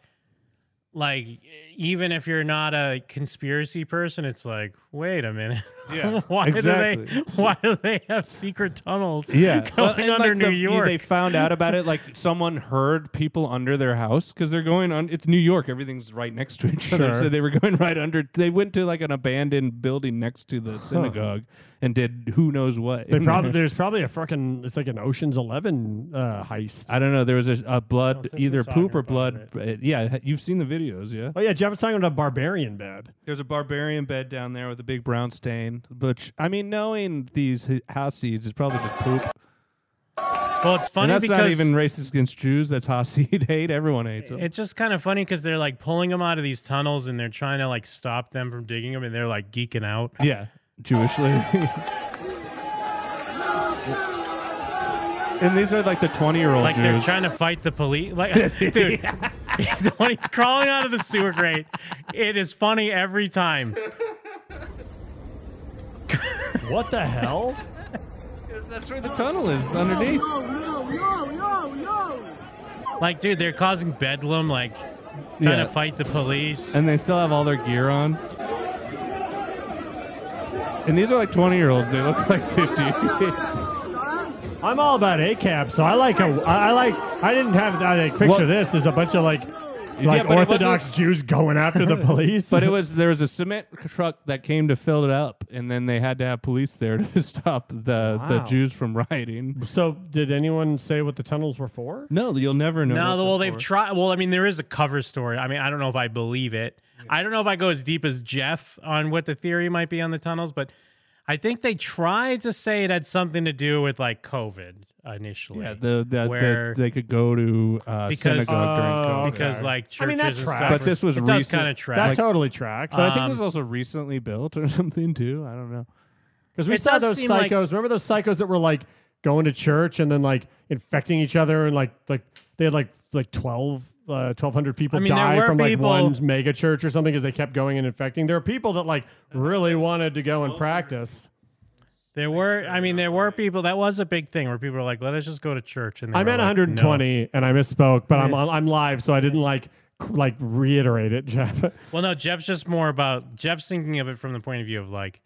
like even if you're not a conspiracy person, it's like, wait a minute, Yeah, why do exactly. they why do they have secret tunnels? Yeah, going and, under like, New the- York. They found out about it. Like someone heard people under their house because they're going on. It's New York. Everything's right next to each other. Sure. So they were going right under. They went to like an abandoned building next to the synagogue and did who knows what. They in probably there. there's probably a fucking it's like an Ocean's Eleven uh, heist. I don't know. There was a, a blood, since we're either talking poop or about blood. uh, Yeah, you've seen the videos. Yeah. Oh yeah, Jeff was talking about a barbarian bed. There's a barbarian bed down there with a big brown stain. But I mean, knowing these h- house seeds, it's probably just poop. Well, it's funny and that's because not even racist against Jews. That's Hasid hate. Everyone hates them. It's just kind of funny because they're like pulling them out of these tunnels and they're trying to like stop them from digging them and they're like geeking out. Yeah, Jewishly. and these are like the twenty-year-old Like Jews. they're trying to fight the police. Like, dude, when he's crawling out of the sewer grate, it is funny every time. What the hell? That's where the tunnel is underneath. Like, dude, they're causing bedlam. Like, trying Yeah. to fight the police. and they still have all their gear on. And these are like twenty-year-olds. They look like fifty. I'm all about ACAB, so I like a I I like I didn't have I like, picture Well- this is a bunch of like like but it Orthodox wasn't- Jews going after the police. But it was there was a cement truck that came to fill it up, and then they had to have police there to stop the the Wow. Jews from rioting. so did anyone say what the tunnels were for? No, you'll never know. No, what well, they're they've for. tried. Well, I mean, there is a cover story. I mean, I don't know if I believe it. I don't know if I go as deep as Jeff on what the theory might be on the tunnels, but I think they tried to say it had something to do with like COVID initially. Yeah, the, the, where- the they could go to uh, because synagogue during COVID. because like churches Oh, I mean, that and tracks. stuff but were- this was it does recent, kind of track. That totally tracks. But I think this was also Um, recently built or something too. I don't know. Because we It saw does those psychos. seem like- Remember those psychos that were like going to church and then like infecting each other and like like they had like like 12, uh, 1,200 people I mean, there die were from like people- one mega church or something because they kept going and infecting. There are people that like really wanted to go and practice. There were, I mean, there were people. That was a big thing where people were like, "Let us just go to church." And they I'm were at like, 120 and I misspoke, but I'm Yeah. I'm live, so I didn't like like reiterate it, Jeff. "No." Well, no, Jeff's just more about Jeff's thinking of it from the point of view of like,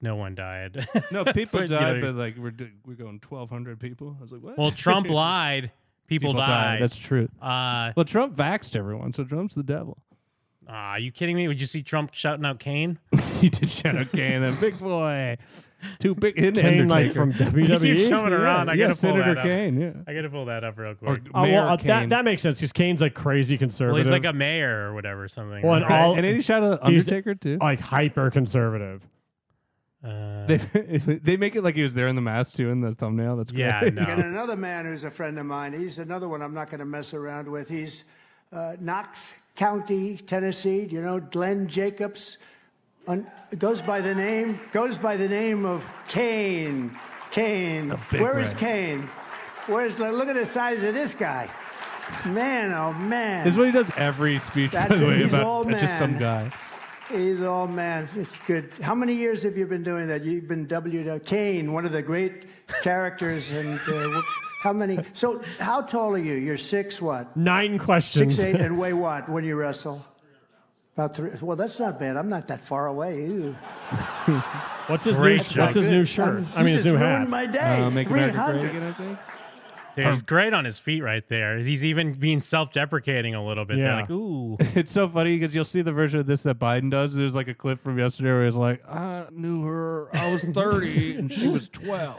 no one died. No, people you know, died, but like we're do- we're going twelve hundred people. I was like, what? Well, Trump lied. People, People died. died. That's true. Uh, well, Trump vaxxed everyone, so Trump's the devil. ah, you kidding me? Would you see Trump shouting out Kane? he did shout out Kane, the big boy, too big. and Kane, like, Undertaker. from WWE? You keep showing Yeah, around. I yeah, gotta pull Senator that up. Kane, yeah. I gotta pull that up real Or quick. Oh, well, Mayor uh, Kane. that that makes sense because Kane's like crazy conservative. Well, he's like a mayor or whatever, or something. Well, and right? all And then he shot at he's, Undertaker, too. Like hyper conservative. Uh, They, they make it like he was there in the mask too in the thumbnail. That's great. And another man who's a friend of mine, he's another one I'm not going to mess around with. He's uh, Knox County, Tennessee. Do you know Glenn Jacobs? Un- goes by the name goes by the name of Kane. Kane. big Where is red. Kane? Where's look look at the size of this guy? Man, oh man. This is what he does every speech, by That's the it. way, He's about all just some man. guy. He's all man. It's good. How many years have you been doing that? You've been W. Kane, one of the great characters, and uh, how many? So, how tall are you? You're six what? Nine questions. Six eight, and weigh what when you wrestle? About three. Well, that's not bad. I'm not that far away. Either. what's his Great new, job. what's his new shirt? I'm- I mean, you his just new ruined hat. my day. Uh, make America great 300. again, I think. Dude, he's great on his feet right there. He's even being self-deprecating a little bit. They're Yeah. like, ooh, It's so funny because you'll see the version of this that Biden does. There's like a clip from yesterday where he's like, I knew her. I was 30 and she was 12.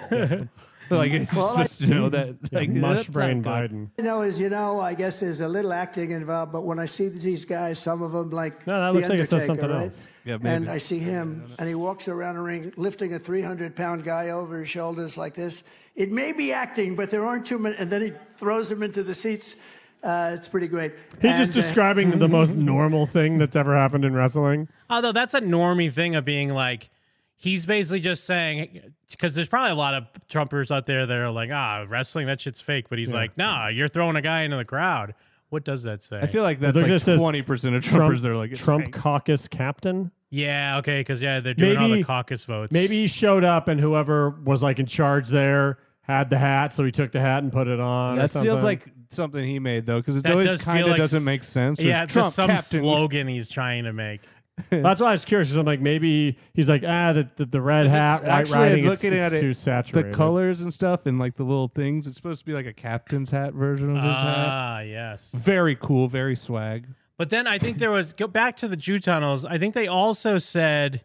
like it's Well, I- supposed to know that. Like mush that's not brain good. Biden. You know, is you know, I guess there's a little acting involved, but when I see these guys, some of them like No, that the looks like it Undertaker, says something right? else. Yeah, and maybe. I see him, and he walks around the ring lifting a 300 pound guy over his shoulders like this. It may be acting, but there aren't too many. And then he throws him into the seats. Uh, it's pretty great. He's And, just uh, describing the most normal thing that's ever happened in wrestling. Although that's a normie thing of being like, he's basically just saying, because there's probably a lot of Trumpers out there that are like, ah, wrestling, that shit's fake. But he's Yeah. like, nah, you're throwing a guy into the crowd. What does that say? I feel like that's like twenty percent of Trumpers. They're like Trump caucus captain. Yeah, okay, because yeah, they're doing all the Maybe- caucus votes. Maybe he showed up and whoever was like in charge there had the hat, so he took the hat and put it on. or That feels something. like something he made though, because it That always does feel kind of like doesn't s- make sense. There's Yeah, it's Trump just some captain. slogan he's trying to make. that's why I was curious. 'cause I'm like, maybe he's like, ah, the, the, the red hat, white Actually, riding, it's- looking it's at it, too saturated. the colors and stuff, and like the little things. It's supposed to be like a captain's hat version of his Ah, hat. yes. Very cool, very swag. But then I think there was go back to the Jew tunnels. I think they also said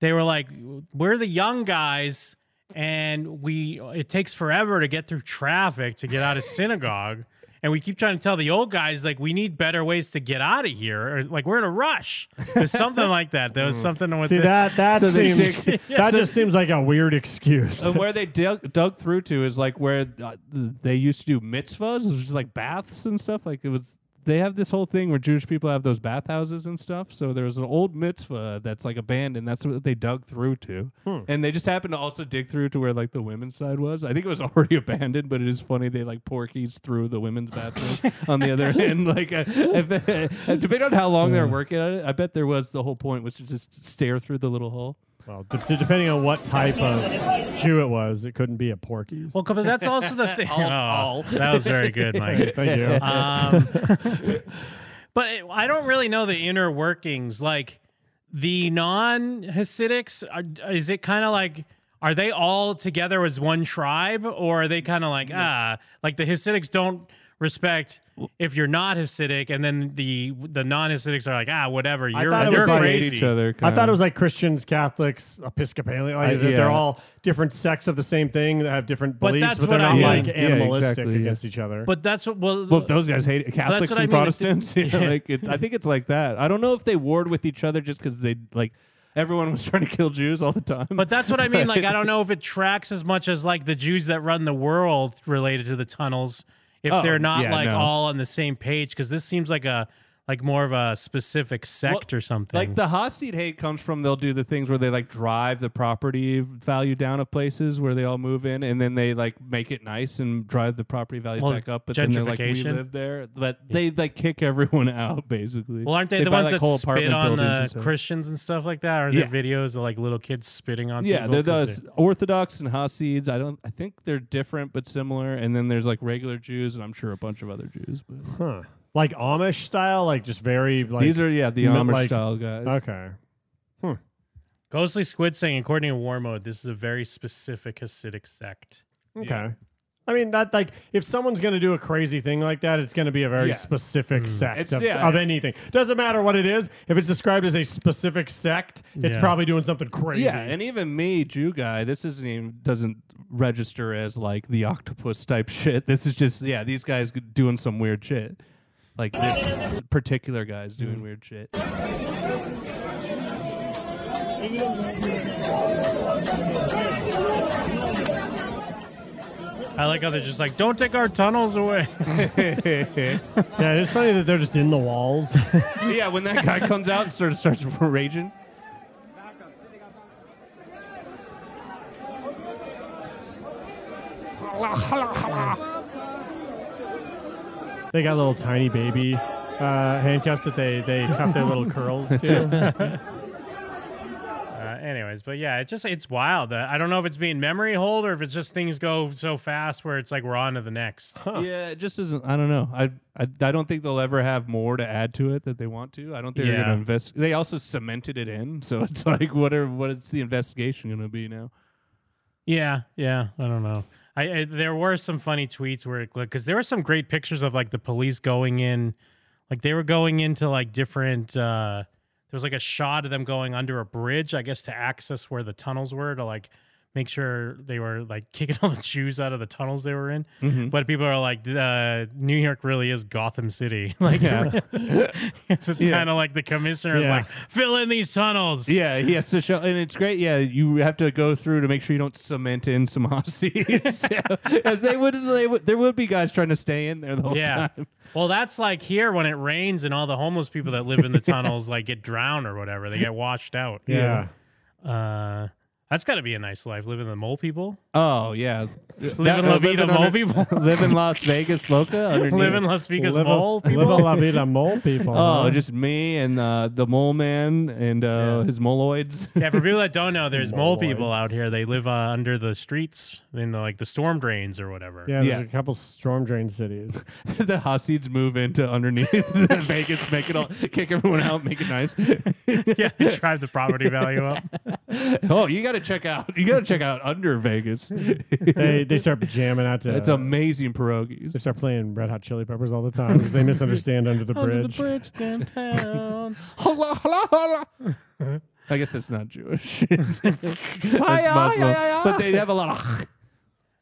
they were like, "We're the young guys, and we it takes forever to get through traffic to get out of synagogue, and we keep trying to tell the old guys like we need better ways to get out of here, or like we're in a rush." There's something like that. Mm. There was something with See it. that that So they seems dig- that so- just seems like a weird excuse. and where they dug, dug through to is like where uh, they used to do mitzvahs, which is like baths and stuff. Like it was, they have this whole thing where Jewish people have those bathhouses and stuff. So there was an old mitzvah that's like abandoned. That's what they dug through to, Hmm. and they just happened to also dig through to where like the women's side was. I think it was already abandoned, but it is funny they like porkies through the women's bathroom on the other end. Like, uh, if, uh, depending on how long they're working on it, I bet there was the whole point was to just stare through the little hole. Well, de- depending on what type of Jew it was, it couldn't be a Porky's. Well, 'cause that's also the thing. All- Oh, all. That was very good, Mike. Thank you. Um, but it- I don't really know the inner workings. Like the non Hasidics, are- is it kind of like, are they all together as one tribe? Or are they kind of like, ah, like the Hasidics don't respect if you're not Hasidic, and then the the non Hasidics are like, ah, whatever, I you're, thought it you're was like- crazy. I thought it was like Christians, Catholics, Episcopalian. Like I- that yeah. They're all different sects of the same thing that have different But beliefs, that's but they're what I not mean. like Yeah, yeah, animalistic exactly, yeah. against each other. But that's what well, Well, if those guys hate That's Catholics what and I mean. Protestants. It- yeah, like it's, I think it's like that. I don't know if they warred with each other just because they like everyone was trying to kill Jews all the time. But that's what I mean. Like, I don't know if it tracks as much as like the Jews that run the world related to the tunnels. If Oh, they're not yeah, like no. all on the same page, because this seems like a like more of a specific sect or something. Like the Hasid hate comes from they'll do the things where they like drive the property value down of places where they all move in, and then they like make it nice and drive the property value Well, back up. But then they're like, we gentrification. live there, but they like kick everyone out basically. well, aren't they, the buy, ones like, that whole spit apartment on uh, buildings and the stuff. Christians and stuff like that? Or are there videos of like little kids spitting on? yeah, people they're 'cause those Orthodox and Hasids. I don't. I think they're different but similar. And then there's like regular Jews, and I'm sure a bunch of other Jews. But Huh. Like Amish style, like just very like uh, These are, yeah, the mi- Amish style guys. Okay. Ghostly Squid saying, according to War Mode, this is a very specific Hasidic sect. Okay. I mean, that like if someone's going to do a crazy thing like that, it's going to be a very Yeah. Mm. specific sect It's- of, yeah. of anything. Doesn't matter what it is. If it's described as a specific sect, it's Yeah. probably doing something crazy. Yeah, and even me, Jew guy, this isn't even doesn't register as like the octopus type shit. This is just yeah, these guys doing some weird shit. Like this particular guy's doing Mm. weird shit. I like how they're just like, don't take our tunnels away. yeah, it's funny that they're just in the walls. yeah, when that guy comes out and sort of starts raging. They got little tiny baby uh, handcuffs that they they cuff their little curls to. Uh, anyways, but yeah, it's just it's wild. Uh, I don't know if it's being memory hold or if it's just things go so fast where it's like we're on to the next. Yeah, it just isn't. I don't know. I, I I don't think they'll ever have more to add to it that they want to. I don't think they're Yeah. going to invest. They also cemented it in, so it's like what are what is the investigation going to be now? Yeah, yeah. I don't know. I, I there were some funny tweets where it because there were some great pictures of like the police going in, like they were going into like different. uh There was like a shot of them going under a bridge, I guess, to access where the tunnels were to like make sure they were like kicking all the Jews out of the tunnels they were in. Mhm. But people are like, uh, New York really is Gotham City. Like, it's, Yeah. kind of like the commissioner is Yeah. like, fill in these tunnels. Yeah, he has to show, and it's great. Yeah, you have to go through to make sure you don't cement in some Aussies, as they would, they would. There would be guys trying to stay in there the whole yeah. time. Well, that's like here when it rains and all the homeless people that live in the tunnels like get drowned or whatever. They get washed out. Yeah. Uh, that's got to be a nice life living in the mole people. Oh yeah, uh, Living La Vida Mole people. Live in Las Vegas Loca. underneath. Live in Las Vegas Live a- mole people. live a La Vida mole people. Oh, huh? just me and uh, the mole man and uh, his moloids. yeah, for people that don't know, there's mole people out here. They live uh, under the streets in the, like the storm drains or whatever. yeah, there's a couple storm drain cities. the Hasids move into underneath Vegas, make it all, kick everyone out, make it nice. yeah, drive the property value up. oh, you got to check out. You got to check out under Vegas. they they start jamming out to. It's amazing pierogies. They start playing Red Hot Chili Peppers all the time 'cause they misunderstand under the Under bridge. the bridge downtown. Hola, hola, hola. I guess that's not Jewish. that's Aye, aye, Muslim. aye, aye. But they have a lot of.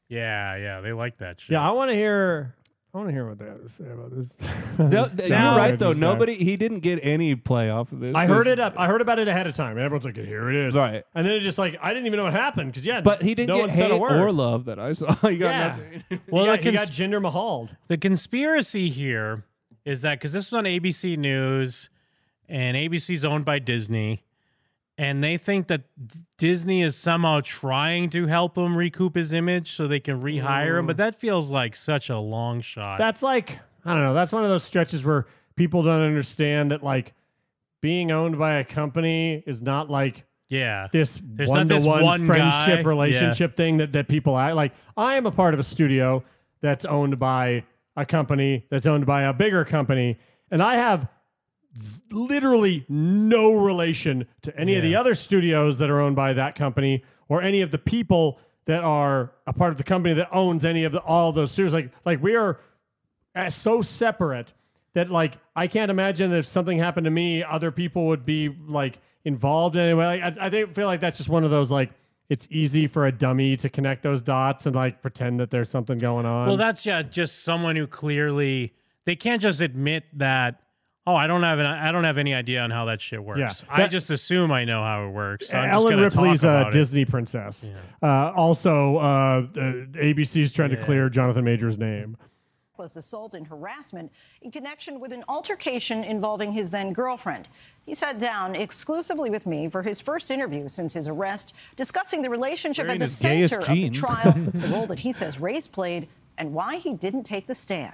yeah, yeah, they like that shit. Yeah, I want to hear. I want to hear what they have to say about this. No, this you're sound right bridge though. guy. Nobody. He didn't get any play off of this. I heard 'cause- it up. I heard about it ahead of time, and everyone's like, "Here it is." Right. And then it just like I didn't even know what happened because yeah, But he didn't no get one said a hate word. or love that I saw. He got Yeah. nothing. Well, he got, that he cons- got Jinder Mahal. The conspiracy here is that because this was on ABC News and ABC's owned by Disney, and they think that D- Disney is somehow trying to help him recoup his image so they can rehire Mm. him. But that feels like such a long shot. That's like I don't know. That's one of those stretches where people don't understand that like being owned by a company is not like yeah. this There's not one to this one one guy. friendship Yeah. relationship thing that that people I like. I am a part of a studio that's owned by a company that's owned by a bigger company, and I have z- literally no relation to any of the other studios that are owned by that company or any of the people that are a part of the company that owns any of the, all those studios. Like like we are as uh, so separate that like I can't imagine that if something happened to me, other people would be like involved in any way. Like, I, I think feel like that's just one of those like it's easy for a dummy to connect those dots and like pretend that there's something going on. Well, that's yeah, just someone who clearly they can't just admit that. Oh, I don't have an, I don't have any idea on how that shit works. Yeah. I That- just assume I know how it works. so I'm just Ellen gonna talk Ripley's uh, a about it. Disney princess. Uh, also, uh, uh, ABC's trying to Yeah. clear Jonathan Major's name. was assault and harassment in connection with an altercation involving his then girlfriend. He sat down exclusively with me for his first interview since his arrest, discussing the relationship Wearing at the his gayest center of the jeans. trial, the role that he says race played, and why he didn't take the stand.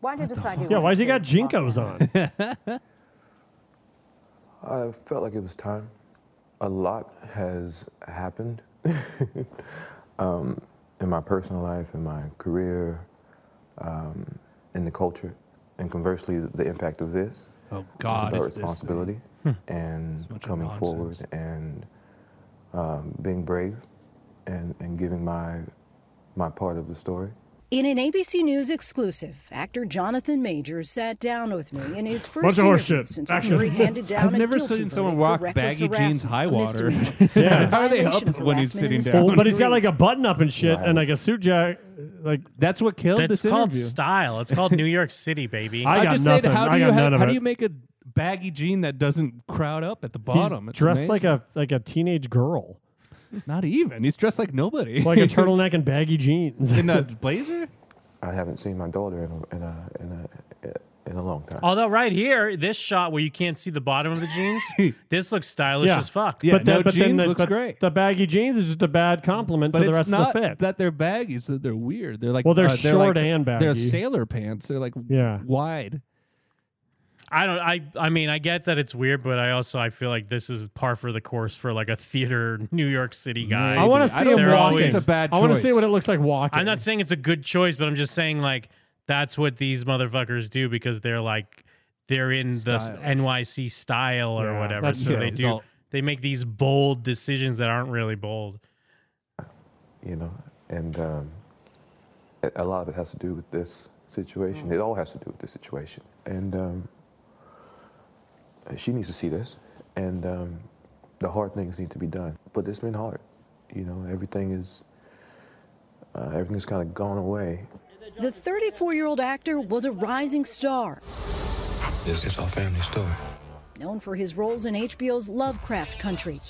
Why did decide he Yeah, wanted why has he to? got jinkos on? I felt like it was time. A lot has happened um, in my personal life, in my career, um, in the culture, and conversely, the impact of this. Oh, it's God, is about this thing. responsibility and coming forward and um, being brave and, and giving my my part of the story. In an ABC News exclusive, actor Jonathan Majors sat down with me in his first Bunch of interview horseshit. since Action. Hillary handed down I've a never guilty seen someone verdict walk for reckless baggy jeans harassment, high a water. misdemeanor. yeah, how are they Violation up of when he's harassment sitting in the down? second but he's got like a button up and shit, Right. and like a suit jack. Like that's what killed That's this called interview. style. It's called New York City, baby. I, just said, how do I you got have- none of how do it. you make a baggy jean that doesn't crowd up at the He's bottom? It's dressed amazing. like a like a teenage girl, not even. He's dressed like nobody. like a turtleneck and baggy jeans. in a blazer. I haven't seen my daughter in a, in a, in a, in a long time. Although right here, this shot where you can't see the bottom of the jeans, this looks stylish as fuck. but then, but then the, but The baggy jeans is just a bad compliment But to the it's rest not of the fit. that they're baggy; it's that they're weird. They're like Well, they're uh, short like- and They're baggy. sailor pants. They're like Yeah. wide. I don't. I. I mean, I get that it's weird, but I also I feel like this is par for the course for like a theater New York City guy. I want to see him They're walking. always- I want to see what it looks like walking. I'm not saying it's a good choice, but I'm just saying like that's what these motherfuckers do because they're like they're in Stylish. the NYC style or Yeah, whatever. that's So true. they It's do. all- they make these bold decisions that aren't really bold. you know, and um, a- a lot of it has to do with this situation. It all has to do with this situation, and um, she needs to see this, and um, the hard things need to be done. But it's been hard. You know, everything is uh, everything's kind of gone away. The 34 year old actor was a rising star, This is our family story. known for his roles in HBO's Lovecraft Country,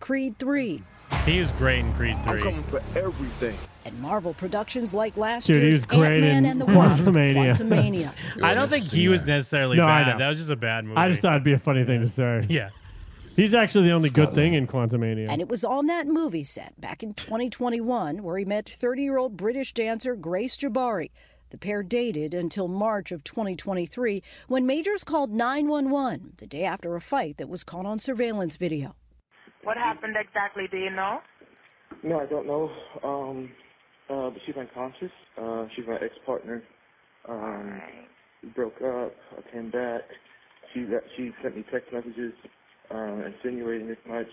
Creed 3, He was great in Creed I'm 3. coming for everything. and Marvel productions like last Dude, he year's was great Ant-Man in and the Wasp, Quantumania. Quantumania. I don't think he was necessarily No, I bad. know. That was just a bad movie. I just thought it'd be a funny thing to say. Yeah. He's actually the only good thing in Quantumania. And it was on that movie set back in 2021 where he met 30 year old British dancer Grace Jabari. The pair dated until March of 2023 when Majors called 911 the day after a fight that was caught on surveillance video. What happened exactly? Do you know? No, I don't know. Um, uh, but she went conscious. Uh, she's my ex-partner. Um, broke up. I came back. She got, she sent me text messages um, insinuating as much.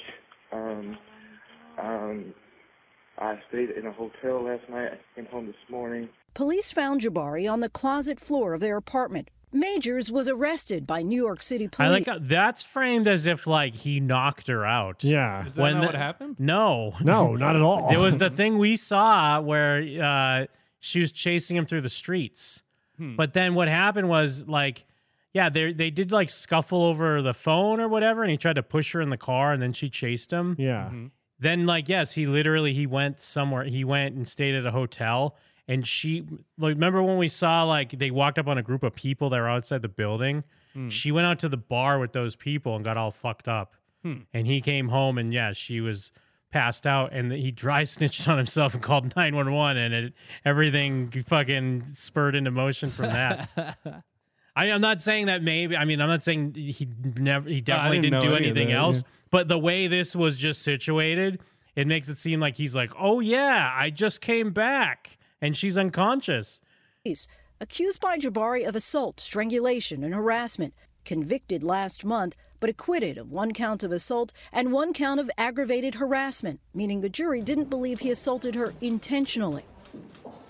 Um, um, I stayed in a hotel last night. I came home this morning. Police found Jabari on the closet floor of their apartment. Majors was arrested by New York City police. I like how that's framed as if like he knocked her out. Yeah. Is that not what happened? No. No, not at all. There was the thing we saw where uh, she was chasing him through the streets. Hmm. But then what happened was like, yeah, they they did like scuffle over the phone or whatever, and he tried to push her in the car, and then she chased him. Yeah. Then like yes, he literally he went somewhere. He went and stayed at a hotel, and she like remember when we saw like they walked up on a group of people that were outside the building. Hmm. She went out to the bar with those people and got all fucked up. Hmm. And he came home and yeah, she was passed out and he dry snitched on himself and called 911 and it everything fucking spurred into motion from that. I, I'm not saying that maybe. I mean, I'm not saying he never. He definitely didn't didn't, know do any of anything that, else. yeah. But the way this was just situated, it makes it seem like he's like, "Oh yeah, I just came back, and she's unconscious." police, accused by Jabari of assault, strangulation, and harassment. Convicted last month, but acquitted of one count of assault and one count of aggravated harassment, meaning the jury didn't believe he assaulted her intentionally.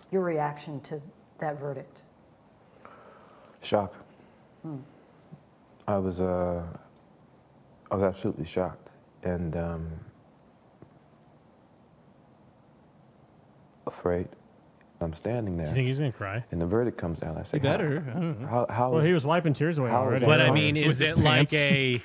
Your reaction to that verdict? Shock. I was uh, I was absolutely shocked, and um, afraid. I'm standing there. Do you think he's gonna cry? And the verdict comes down. I say, He better. How, I don't know. How, how Well, is- he was wiping tears away how is already. that But I wrong? mean, is it like a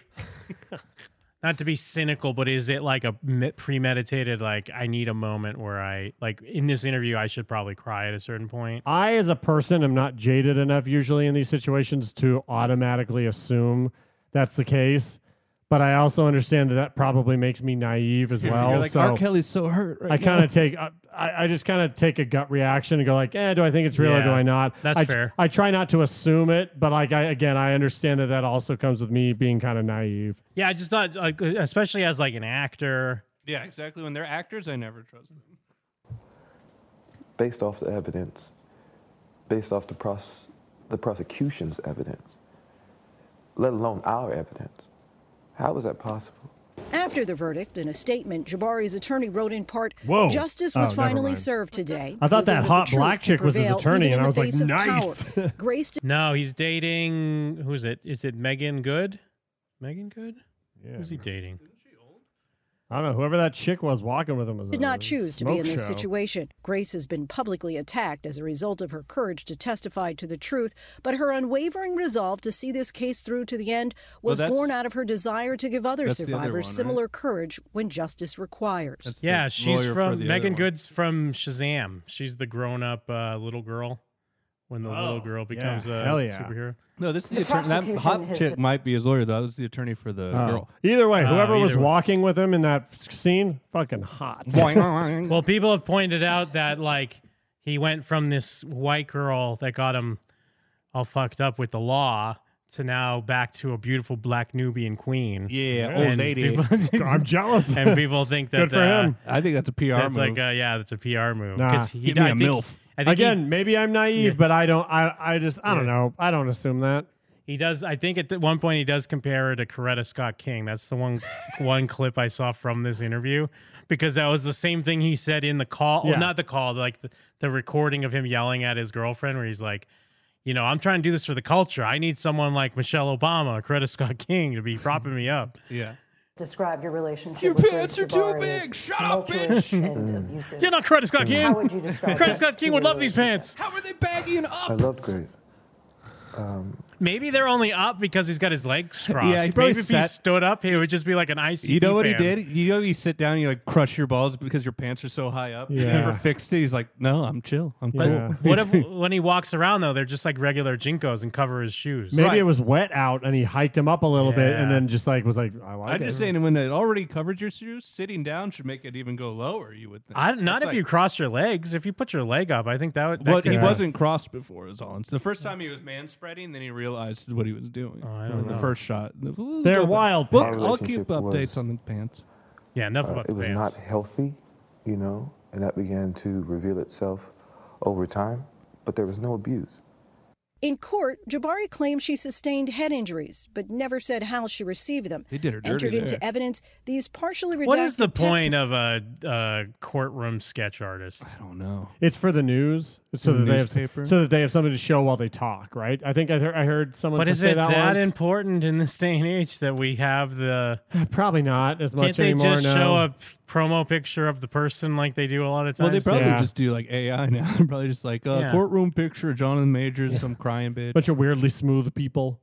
not to be cynical, but is it like a me- premeditated? Like, I need a moment where I like in this interview, I should probably cry at a certain point. I, as a person, am not jaded enough usually in these situations to automatically assume that's the case. But I also understand that that probably makes me naive as You're well. like, so "R. Kelly's so hurt right I kind now." of take, I, I I just kind of take a gut reaction and go like, eh, do I think it's real or do Yeah, I not? that's I, fair. I try not to assume it, but like I again, I understand that that also comes with me being kind of naive. Yeah, I just thought, like, especially as like an actor. Yeah, exactly. When they're actors, I never trust them. based off the evidence, based off the pros- the prosecution's evidence, let alone our evidence. How is that possible? After the verdict, in a statement, Jabari's attorney wrote in part Whoa. Justice Oh, was never finally mind. served today. I thought that proving the hot truth black will chick was his prevail attorney, even and in I the was face of like, nice. power. Grace No, he's dating. Who is it? Is it Megan Good? Megan Good? Yeah. Who's he dating? I don't know. Whoever that chick was walking with him was did a not choose to be Uh, smoke in this show. situation. Grace has been publicly attacked as a result of her courage to testify to the truth, but her unwavering resolve to see this case through to the end Well, was that's- born out of her desire to give other that's the other survivors one, right? similar courage when justice requires. yeah, she's lawyer for the from other Megan one. Good's from Shazam. She's the grown-up uh, little girl. When the little Oh, girl yeah. becomes a Hell yeah. superhero. No, this is the, attorney. That hot chick might be his lawyer, though. That was the attorney for the Oh. girl. Either way, Oh, whoever was either way. walking with him in that f- scene, fucking hot. well, people have pointed out that like he went from this white girl that got him all fucked up with the law to now back to a beautiful black Nubian queen. Yeah, And old lady. people- I'm jealous. And people think that Good for uh, him. I think that's a PR that's move. Like, uh, yeah, that's a PR move. Nah. 'Cause he Give di- me I a think- milf. I think he- Again, maybe I'm naive, Yeah. but I don't. I I just I don't Yeah. know. I don't assume that. He does. I think at the, one point he does compare her to Coretta Scott King. That's the one one clip I saw from this interview because that was the same thing he said in the call. Yeah. Well, not the call, like the, the recording of him yelling at his girlfriend, where he's like, "You know, I'm trying to do this for the culture. I need someone like Michelle Obama, Coretta Scott King, to be propping me up." Yeah. describe your relationship Your with pants Grace are too Jabari as big. Shut up, tumultuous bitch. and Mm. abusive. You're not Credit Scott King. How would you describe Credit that Scott King to would your love these pants. How are they baggy and I loved Grace. Um, Maybe they're only up because he's got his legs crossed. Yeah, he's probably Maybe if he set. stood up, he would just be like an icy. You know what he did? You know you sit down, and you like crush your balls because your pants are so high up. He Yeah. never fixed it. He's like, no, I'm chill. I'm cool. What if when he walks around though, they're just like regular jinkos and cover his shoes? Maybe it was wet out and he hiked him up a little bit and Yeah. then just like was like, I like I'm it. just saying, when it already covered your shoes, sitting down should make it even go lower. You would think. I, not That's if like- you cross your legs. If you put your leg up, I think that would. That Well, could- he wasn't crossed before. Is all. It's the first time he was man spreading, then he realized what he was doing. Oh, I don't the know. first shot. We'll They're go back. wild We'll- people. I'll keep Our relationship updates was- on the pants. Yeah, enough uh, about it the was pants. not healthy, you know, and that began to reveal itself over time, but there was no abuse. In court, Jabari claimed she sustained head injuries, but never said how she received them. They did her dirty Entered into there. evidence these partially redacted What is the text point of a, a courtroom sketch artist? I don't know. It's for the news, it's so The that they newspaper? have so that they have something to show while they talk, right? I think I, heard I heard someone But just is say it that, that, once. important in this day and age that we have the? Probably not as much Can't they anymore. just no. show a p- promo picture of the person like they do a lot of times? Well, they probably just do like AI now. probably just like uh, Yeah. courtroom picture, Jonathan Majors, some crying bitch. bunch of weirdly smooth people.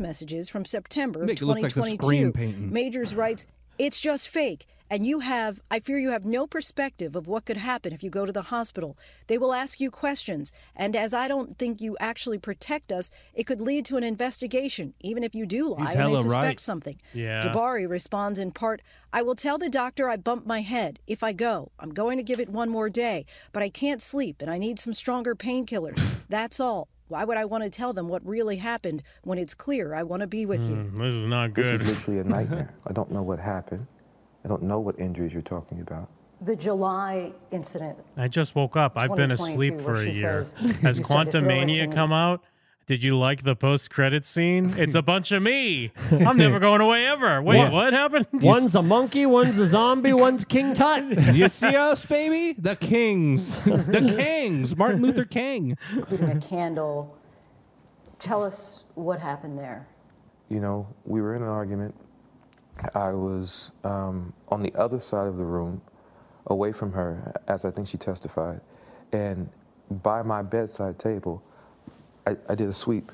messages from September of Make it look like the 2022. screen painting. Majors writes, "It's just fake." And you have, I fear you have no perspective of what could happen if you go to the hospital. They will ask you questions. And as I don't think you actually protect us, it could lead to an investigation, even if you do lie and they hella suspect right. something. Yeah. Jabari responds in part, I will tell the doctor I bumped my head if I go. I'm going to give it one more day, but I can't sleep and I need some stronger painkillers. That's all. Why would I want to tell them what really happened when it's clear I want to be with you? This is not This good. is literally a nightmare. I don't know what happened. I don't know what injuries you're talking about. The July incident. I just woke up. I've been 2022, asleep for where a she year. says, Has "You started Quantum Mania throwing come out? Did you like the post credit scene? It's a bunch of me. I'm never going away ever. Wait, One- what happened? One's a monkey, one's a zombie, one's King Tut. you see us, baby? The Kings, the Kings, Martin Luther King. Including a candle. Tell us what happened there. you know, we were in an argument. I was um, on the other side of the room, away from her, as I think she testified. And by my bedside table, I, I did a sweep,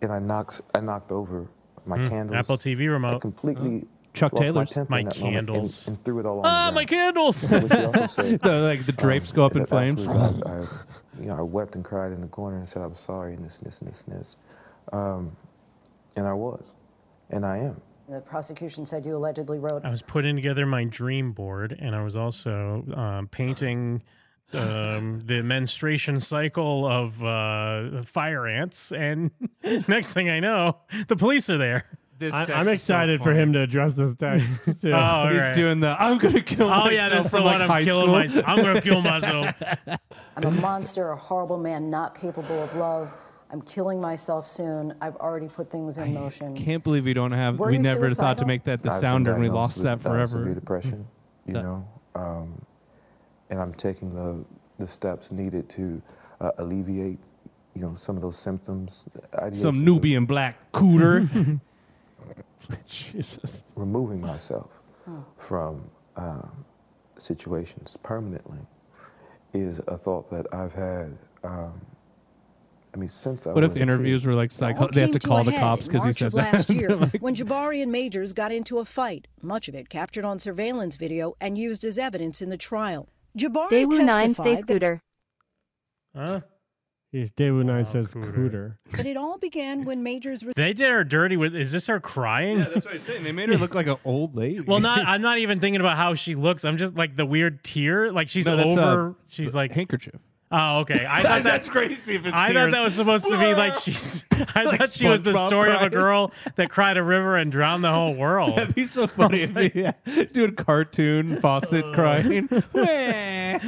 and I knocked I knocked over my Mm, candles. Apple TV I remote. completely Chuck lost Taylor's. my, temper My in that moment and- candles. and, threw it all on Ah, the my candles. ground. What she also said, The, like the drapes go up in is that flames. afterwards I, I- you know, I wept and cried in the corner and said I was sorry and this and this and this and this, um, and I was, and I am. The prosecution said you allegedly wrote I was putting together my dream board, and I was also um, painting um, the menstruation cycle of uh, fire ants. And next thing I know, the police are there. This I, am excited for him to address this text. Too. Oh, all He's right. doing the I'm gonna kill. Oh, yeah, myself that's the from, like, one high I'm killing school. myself. I'm gonna kill myself. I'm a monster, a horrible man, not capable of love. I'm killing myself soon. I've already put things in motion. Can't believe we don't have. Were we you never thought to suicidal? make that the I've been sounder, and we diagnosed lost with, that uh, forever. Hmm. Severe depression, you know, um, and I'm taking the the steps needed to uh, alleviate, you know, some of those symptoms. Some ideations of Nubian black cooter. Jesus. Removing myself Oh. from um, situations permanently is a thought that I've had. Um, I mean, since I What was if a kid. interviews were like All psycho? They have came to a call the head cops in because he March said of that. last year when Jabari and Majors got into a fight, much of it captured on surveillance video and used as evidence in the trial. Jabari Daewoo 9 say testified that- scooter. Huh? He's Daewoo Nine says cooter. that it all began when Majors They did her dirty with. Is this her crying? Yeah, that's what I'm saying. They made her look like an old lady. Well, not. I'm not even thinking about how she looks. I'm just like the weird tear. Like she's No, that's, uh, over. she's like handkerchief. Oh, okay. I thought that, That's crazy if it's I thought tears. Ah! that was supposed to be like she's. I Like thought she was the SpongeBob story of a crying. girl that cried a river and drowned the whole world. That'd be so funny. if he- yeah, doing cartoon faucet crying. Wah.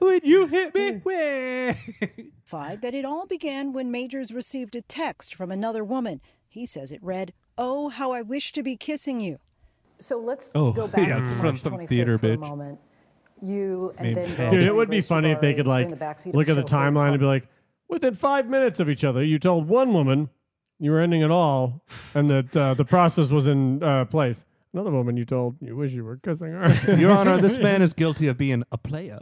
when you hit me, wah. testified that it all began when Majors received a text from another woman. He says it read, Oh, how I wish to be kissing you. So let's Oh, go back yeah, it's to from March some 25th theater for a bitch. moment. You and then Dude, it would be Grace funny if they Jabari could were like in the backseat of look at the Chauffeur. timeline and be like, within five minutes of each other, you told one woman you were ending it all, and that uh, the process was in uh, place. Another woman you told you wish you were kissing her. Your Honor, this man is guilty of being a player.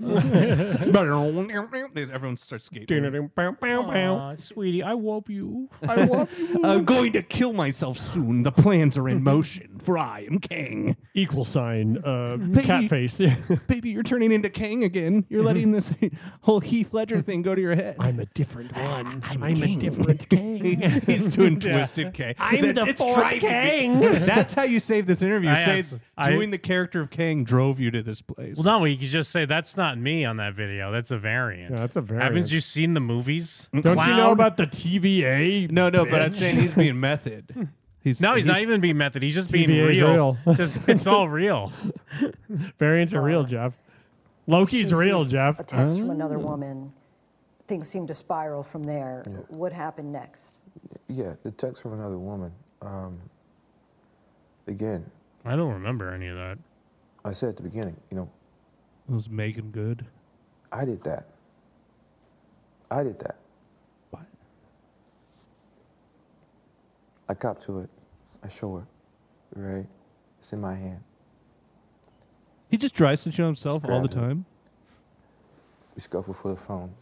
Everyone starts skating. Aw, sweetie, I whoop you. I love you. I'm going to kill myself soon. The plans are in motion, for I am king. Equal sign, uh, Baby- cat face. Baby, you're turning into king again. You're letting this whole Heath Ledger thing go to your head. Mm-hmm. I'm a different one. I'm, a different king. He's doing Yeah. twisted K. I'm the fourth king. That's how you save this interview. I Say asked- I- doing the character of king drove you to this place. Well, no, you could just say that's not me on that video. That's a variant. Yeah, that's a Haven't variant. you seen the movies? Don't you know Clown? about the TVA? No, no, but I'm bitch? saying he's being method. He's No, he's he- not even being method. He's just being TVA is real. real. just it's all real. Variants are real, Jeff. Loki's She real, sees Jeff. A text from another woman. Things seem to spiral from there. What happened next? Yeah, the text from another woman. Um, again, I don't remember any of that. I said at the beginning, you know, It was Megan Good. I did that. I did that. What? I cop to it. I show her. Right? It's in my hand. He just tries to show himself all the Scratch it. time. We scuffled for the phone.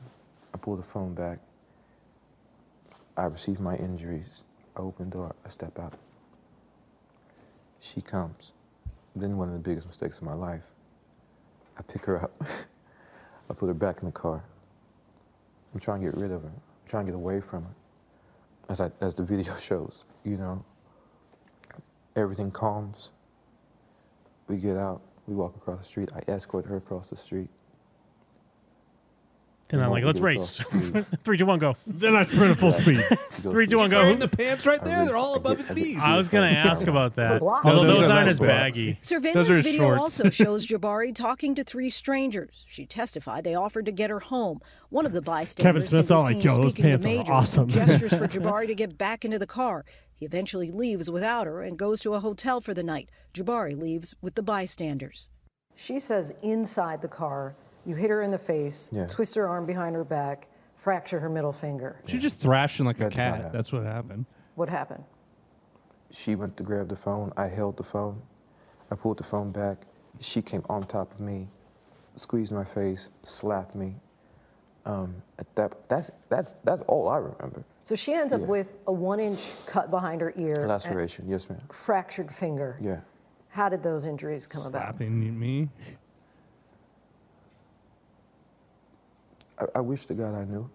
I pulled the phone back. I received my injuries. I open the door. I step out. She comes. Then one of the biggest mistakes of my life. I pick her up. I put her back in the car. I'm trying to get rid of her. I'm trying to get away from her. As I, as the video shows, you know. Everything calms. We get out. We walk across the street. I escort her across the street. Then I'm like, let's race. Three, two, one, go. Then I sprint at full speed. Three, two, one, go. Wearing the pants right there. They're all above his knees. I was gonna ask about that. blocks. Although No, those those, are aren't nice as blocks. baggy. Surveillance video also shows Jabari talking to three strangers. She testified they offered to get her home. One of the bystanders Smith's can all be like, seen "Yo, those speaking pants to are Major, awesome." gestures for Jabari to get back into the car. He eventually leaves without her and goes to a hotel for the night. Jabari leaves with the bystanders. She says inside the car, you hit her in the face, Yeah. twist her arm behind her back, fracture her middle finger. She's just thrashing like a cat. That's what happened. What happened? She went to grab the phone. I held the phone. I pulled the phone back. She came on top of me, squeezed my face, slapped me. Um, at that, that's, that's, that's all I remember. So she ends up Yeah. with a one inch cut behind her ear, and Laceration, yes, ma'am. fractured finger. Yeah. How did those injuries come about? Slapping me. I, I wish to God I knew.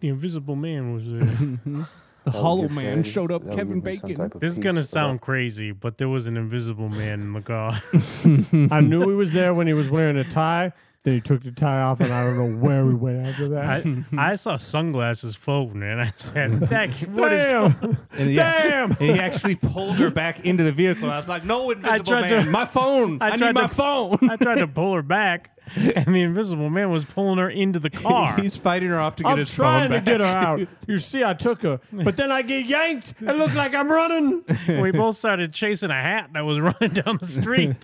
The Invisible Man was there. The That would Hollow give Man clarity. showed up, That would Kevin give me some Bacon. type of This is gonna peace, but sound crazy, but there was an Invisible Man in the car. I knew he was there when he was wearing a tie. Then he took the tie off, and I don't know where we went after that. I, I saw sunglasses floating, and I said, "That what is Damn. going-" And yeah, and he actually pulled her back into the vehicle. I was like, "No, invisible tried man, to- my phone. I, tried need my to- phone." I tried to pull her back, and the Invisible Man was pulling her into the car. He's fighting her off to get I'm his phone trying to back. get her out. You see, I took her, but then I get yanked. It looked like I'm running. we both started chasing a hat that was running down the street.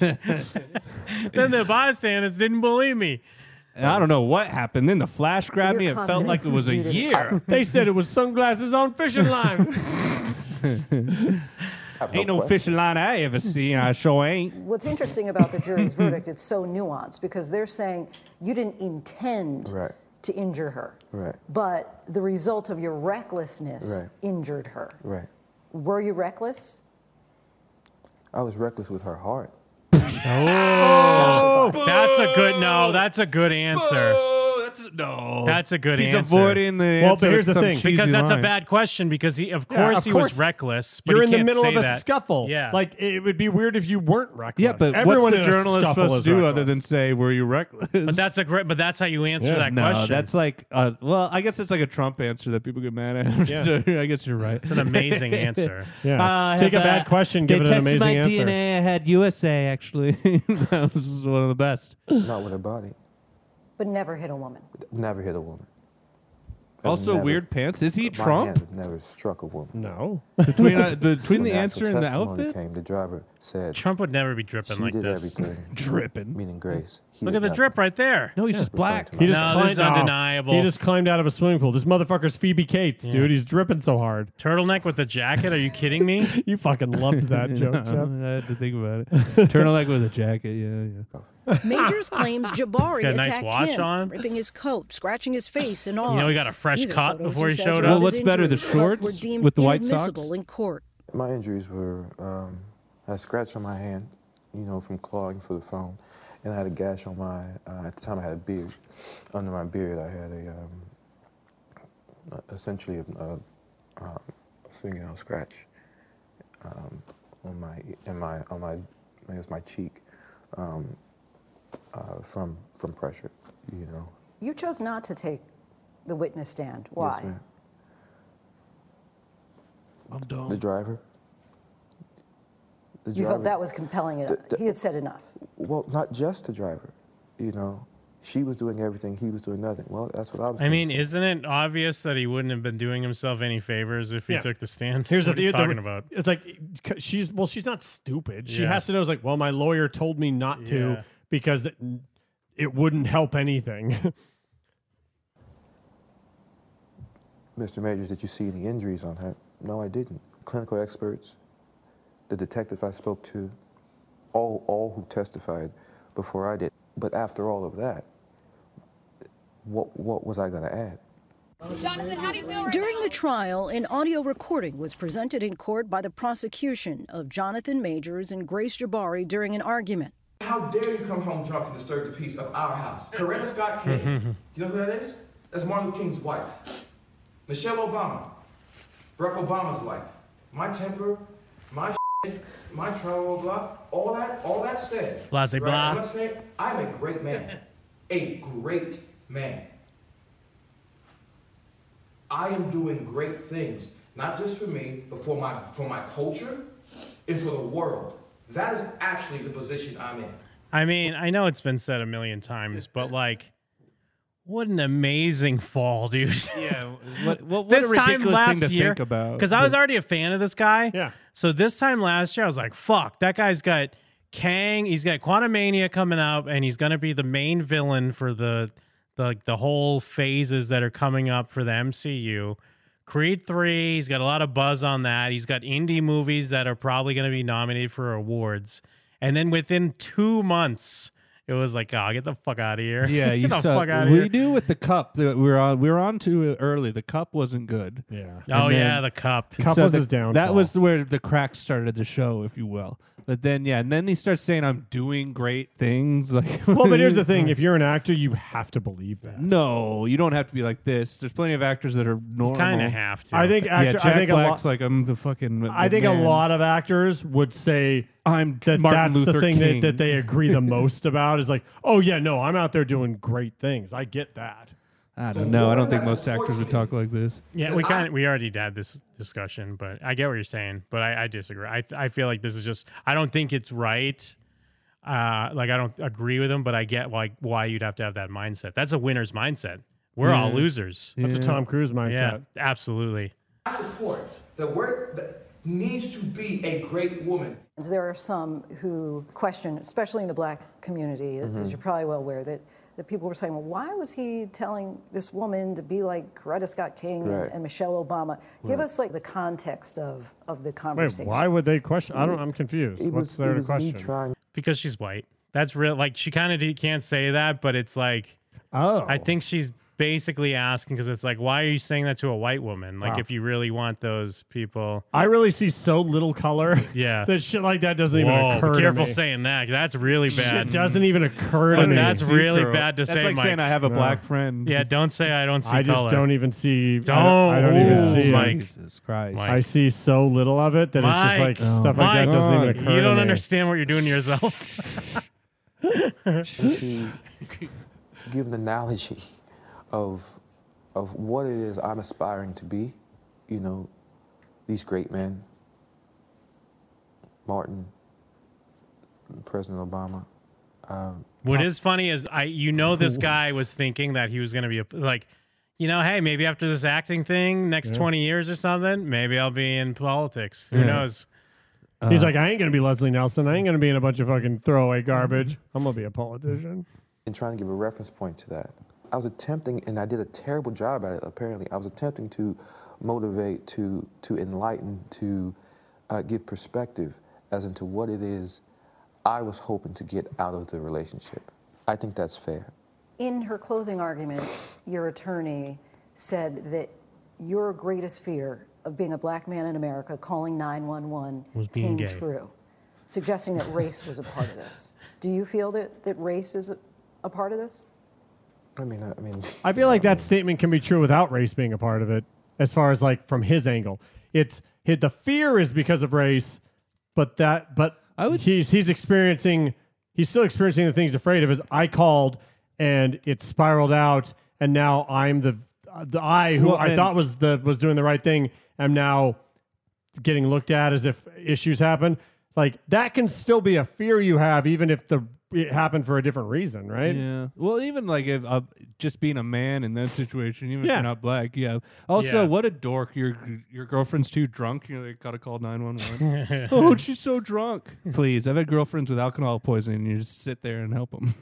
then the bystanders didn't believe me. And I don't know what happened. Then the flash grabbed me. It You're felt like it was a confident. year. They said it was sunglasses on fishing line. ain't no fishing line I ever seen. I sure ain't. What's interesting about the jury's verdict, it's so nuanced because they're saying you didn't intend Right, to injure her, right, but the result of your recklessness Right. injured her. right. Were you reckless? I was reckless with her heart. Oh, that's a good no. That's a good answer. No, That's a good He's answer. avoiding the. Well, answer but here's with the some thing. cheesy because that's line. a bad question. Because he, of course, he Yeah, was reckless. But You're he in the can't middle say of a that. scuffle. Yeah, like it would be weird if you weren't reckless. Yeah, but everyone what's in the a journalist scuffle supposed is to do reckless. other than say, "Were you reckless?" but that's a great. But that's how you answer that no, question. that's like, uh, well, I guess it's like a Trump answer that people get mad at. Yeah. I guess you're right. It's an amazing answer. Yeah. Take a bad question, give it an amazing answer. I had USA actually. that was one of the best. Not with her body. But never hit a woman. Never hit a woman. I've Also, never- weird pants. Is he my Trump? hand never struck a woman. No. Between, uh, the- between the actual answer and the testimony outfit? came, the driver said Trump would never be dripping she like did this. everything. dripping. Meaning grace. He Look did at the nothing. drip right there. No, Oh, he's just black. He just No, this climbed, is no. undeniable. He just climbed out of a swimming pool. This motherfucker's Phoebe Cates, Yeah. dude. He's dripping so hard. Turtleneck with the jacket? Are you kidding me? You fucking loved that joke, I Jeff. had to think about it. Turtleneck with a jacket. Yeah, yeah. Majors claims Jabari He's got a nice attacked watch him, on. ripping his coat, scratching his face, and all. know he got a fresh These are cut photos before he says showed were up. of Well, his what's better, the injuries, but were shorts deemed with the white inadmissible socks? in court. My injuries were um, I had a scratch on my hand, you know, from clawing for the phone, and I had a gash on my. Uh, at the time, I had a beard. Under my beard, I had a um, essentially a, a, um, a fingernail scratch um, on my in my on my I guess my cheek um, uh, from from pressure, you know. You chose not to take the witness stand. Why? Yes, ma'am. I'm done. The driver. The you felt driver- that was compelling enough. the- he had said enough. Well, not just the driver, you know. She was doing everything, he was doing nothing. Well, that's what I was. I gonna mean, say. isn't it obvious that he wouldn't have been doing himself any favors if he Yeah. took the stand? Here's what the, are you the- talking about. It's like c- she's well, she's not stupid. She Yeah. has to know. It's like, well, my lawyer told me not to Yeah. because it, it wouldn't help anything. Mr. Majors, did you see any injuries on her? No, I didn't. Clinical experts, the detective I spoke to, all all who testified before I did. But after all of that, what what was I going to add? During the trial, an audio recording was presented in court by the prosecution of Jonathan Majors and Grace Jabari during an argument. How dare you come home drunk and disturb the peace of our house? Coretta Scott King. Mhm. You know who that is? That's Martin Luther King's wife. Michelle Obama. Barack Obama's wife. My temper, my shit, my trauma, blah, all that, all that said. Blasé blah. I'm, not saying, I'm a great man. a great man. I am doing great things, not just for me, but for my for my culture and for the world. That is actually the position I'm in. I mean, I know it's been said a million times, but like, what an amazing fall, dude. Yeah, what- what- what a ridiculous thing to think about. Because I was already a fan of this guy. Yeah. So this time last year, I was like, fuck, that guy's got Kang, he's got Quantumania coming up, and he's going to be the main villain for the, the, like, the whole phases that are coming up for the MCU. Creed 3, he's got a lot of buzz on that. He's got indie movies that are probably going to be nominated for awards. And then within two months, it was like, oh, get the fuck out of here. Yeah, get you the saw. fuck out of we here. knew with the cup that we were on. We were on to it early. The cup wasn't good. Yeah. Oh, yeah, the cup. Cup was the, his downfall. That was where the cracks started to show, if you will. But then, yeah, and then he starts saying, "I'm doing great things." Like, well, but here's the thing: if you're an actor, you have to believe that. No, you don't have to be like this. There's plenty of actors that are normal. have to. I think actor- yeah, I Jack think a lot- Black's like I'm the fucking. I think a lot of actors would say I'm that Martin that's the Luther thing that, King. that they agree the most about is like, oh yeah, no, I'm out there doing great things. I get that. I don't know. I don't think most actors would talk like this. Yeah, we kind of we already had this discussion, but I get what you're saying, but I, I disagree. I I feel like this is just I don't think it's right. Uh, like I don't agree with him, but I get like why you'd have to have that mindset. That's a winner's mindset. We're all Yeah. losers. That's a Yeah. Tom Cruise Yeah, mindset. absolutely. I support the work that needs to be a great woman. And there are some who question, especially in the black community, Mhm. as you're probably well aware, that, that people were saying, well, why was he telling this woman to be like Coretta Scott King and- Right. and, Michelle Obama? Give Right. us like the context of, of the Wait, conversation. why would they question? I don't. I'm confused. It was- What's there it to was me question? Because she's white. That's real. Like she kind of can't say that, but it's like, oh, I think she's basically asking because it's like, why are you saying that to a white woman? Like Wow. if you really want those people, I really see so little color. yeah. that shit like that doesn't even Whoa, be occur. to careful me. saying that. 'cause That's really bad. Shit doesn't even occur to But me. That's really bad to That's say. like Mike. saying I have a No. black friend. Yeah, don't say I don't see I just color. don't e- even see. Don't. I don't, I don't even see it. Mike. Jesus Christ. I see so little of it that Mike. it's just like stuff like that Mike. doesn't even occur. You to don't me. understand what you're doing to yourself. to give an analogy of of what it is I'm aspiring to be, you know, these great men, Martin, President Obama. Um, what is funny is I, you know, this guy was thinking that he was going to be a, like, you know, hey, maybe after this acting thing, next Yeah. twenty years or something, maybe I'll be in politics. Who Yeah. knows? He's like, I ain't gonna be Leslie Nelson. I ain't gonna be in a bunch of fucking throwaway garbage. I'm gonna be a politician. and trying to give a reference point to that. I was attempting, and I did a terrible job at it. Apparently, I was attempting to motivate, to to enlighten, to uh, give perspective as into what it is I was hoping to get out of the relationship. I think that's fair. In her closing argument, your attorney said that your greatest fear of being a black man in America calling 911 Was came being gay. true, suggesting that race was a part of this. Do you feel that, that race is a, a part of this? I mean, I, I mean, I feel like that statement can be true without race being a part of it, as far as like from his angle. It's hit the fear is because of race, but that but I would he's he's experiencing he's still experiencing the things he's afraid of is I called and it spiraled out and now I'm the the I who Well, I and- thought was the was doing the right thing am now getting looked at as if issues happen. Like that can still be a fear you have even if the it happened for a different reason, right? Yeah. Well, even like if uh, just being a man in that situation, even if Yeah. you're not black, yeah. Also, Yeah. what a dork! Your your girlfriend's too drunk. You know, they gotta call nine one one. Oh, she's so drunk. Please, I've had girlfriends with alcohol poisoning. and You just sit there and help them.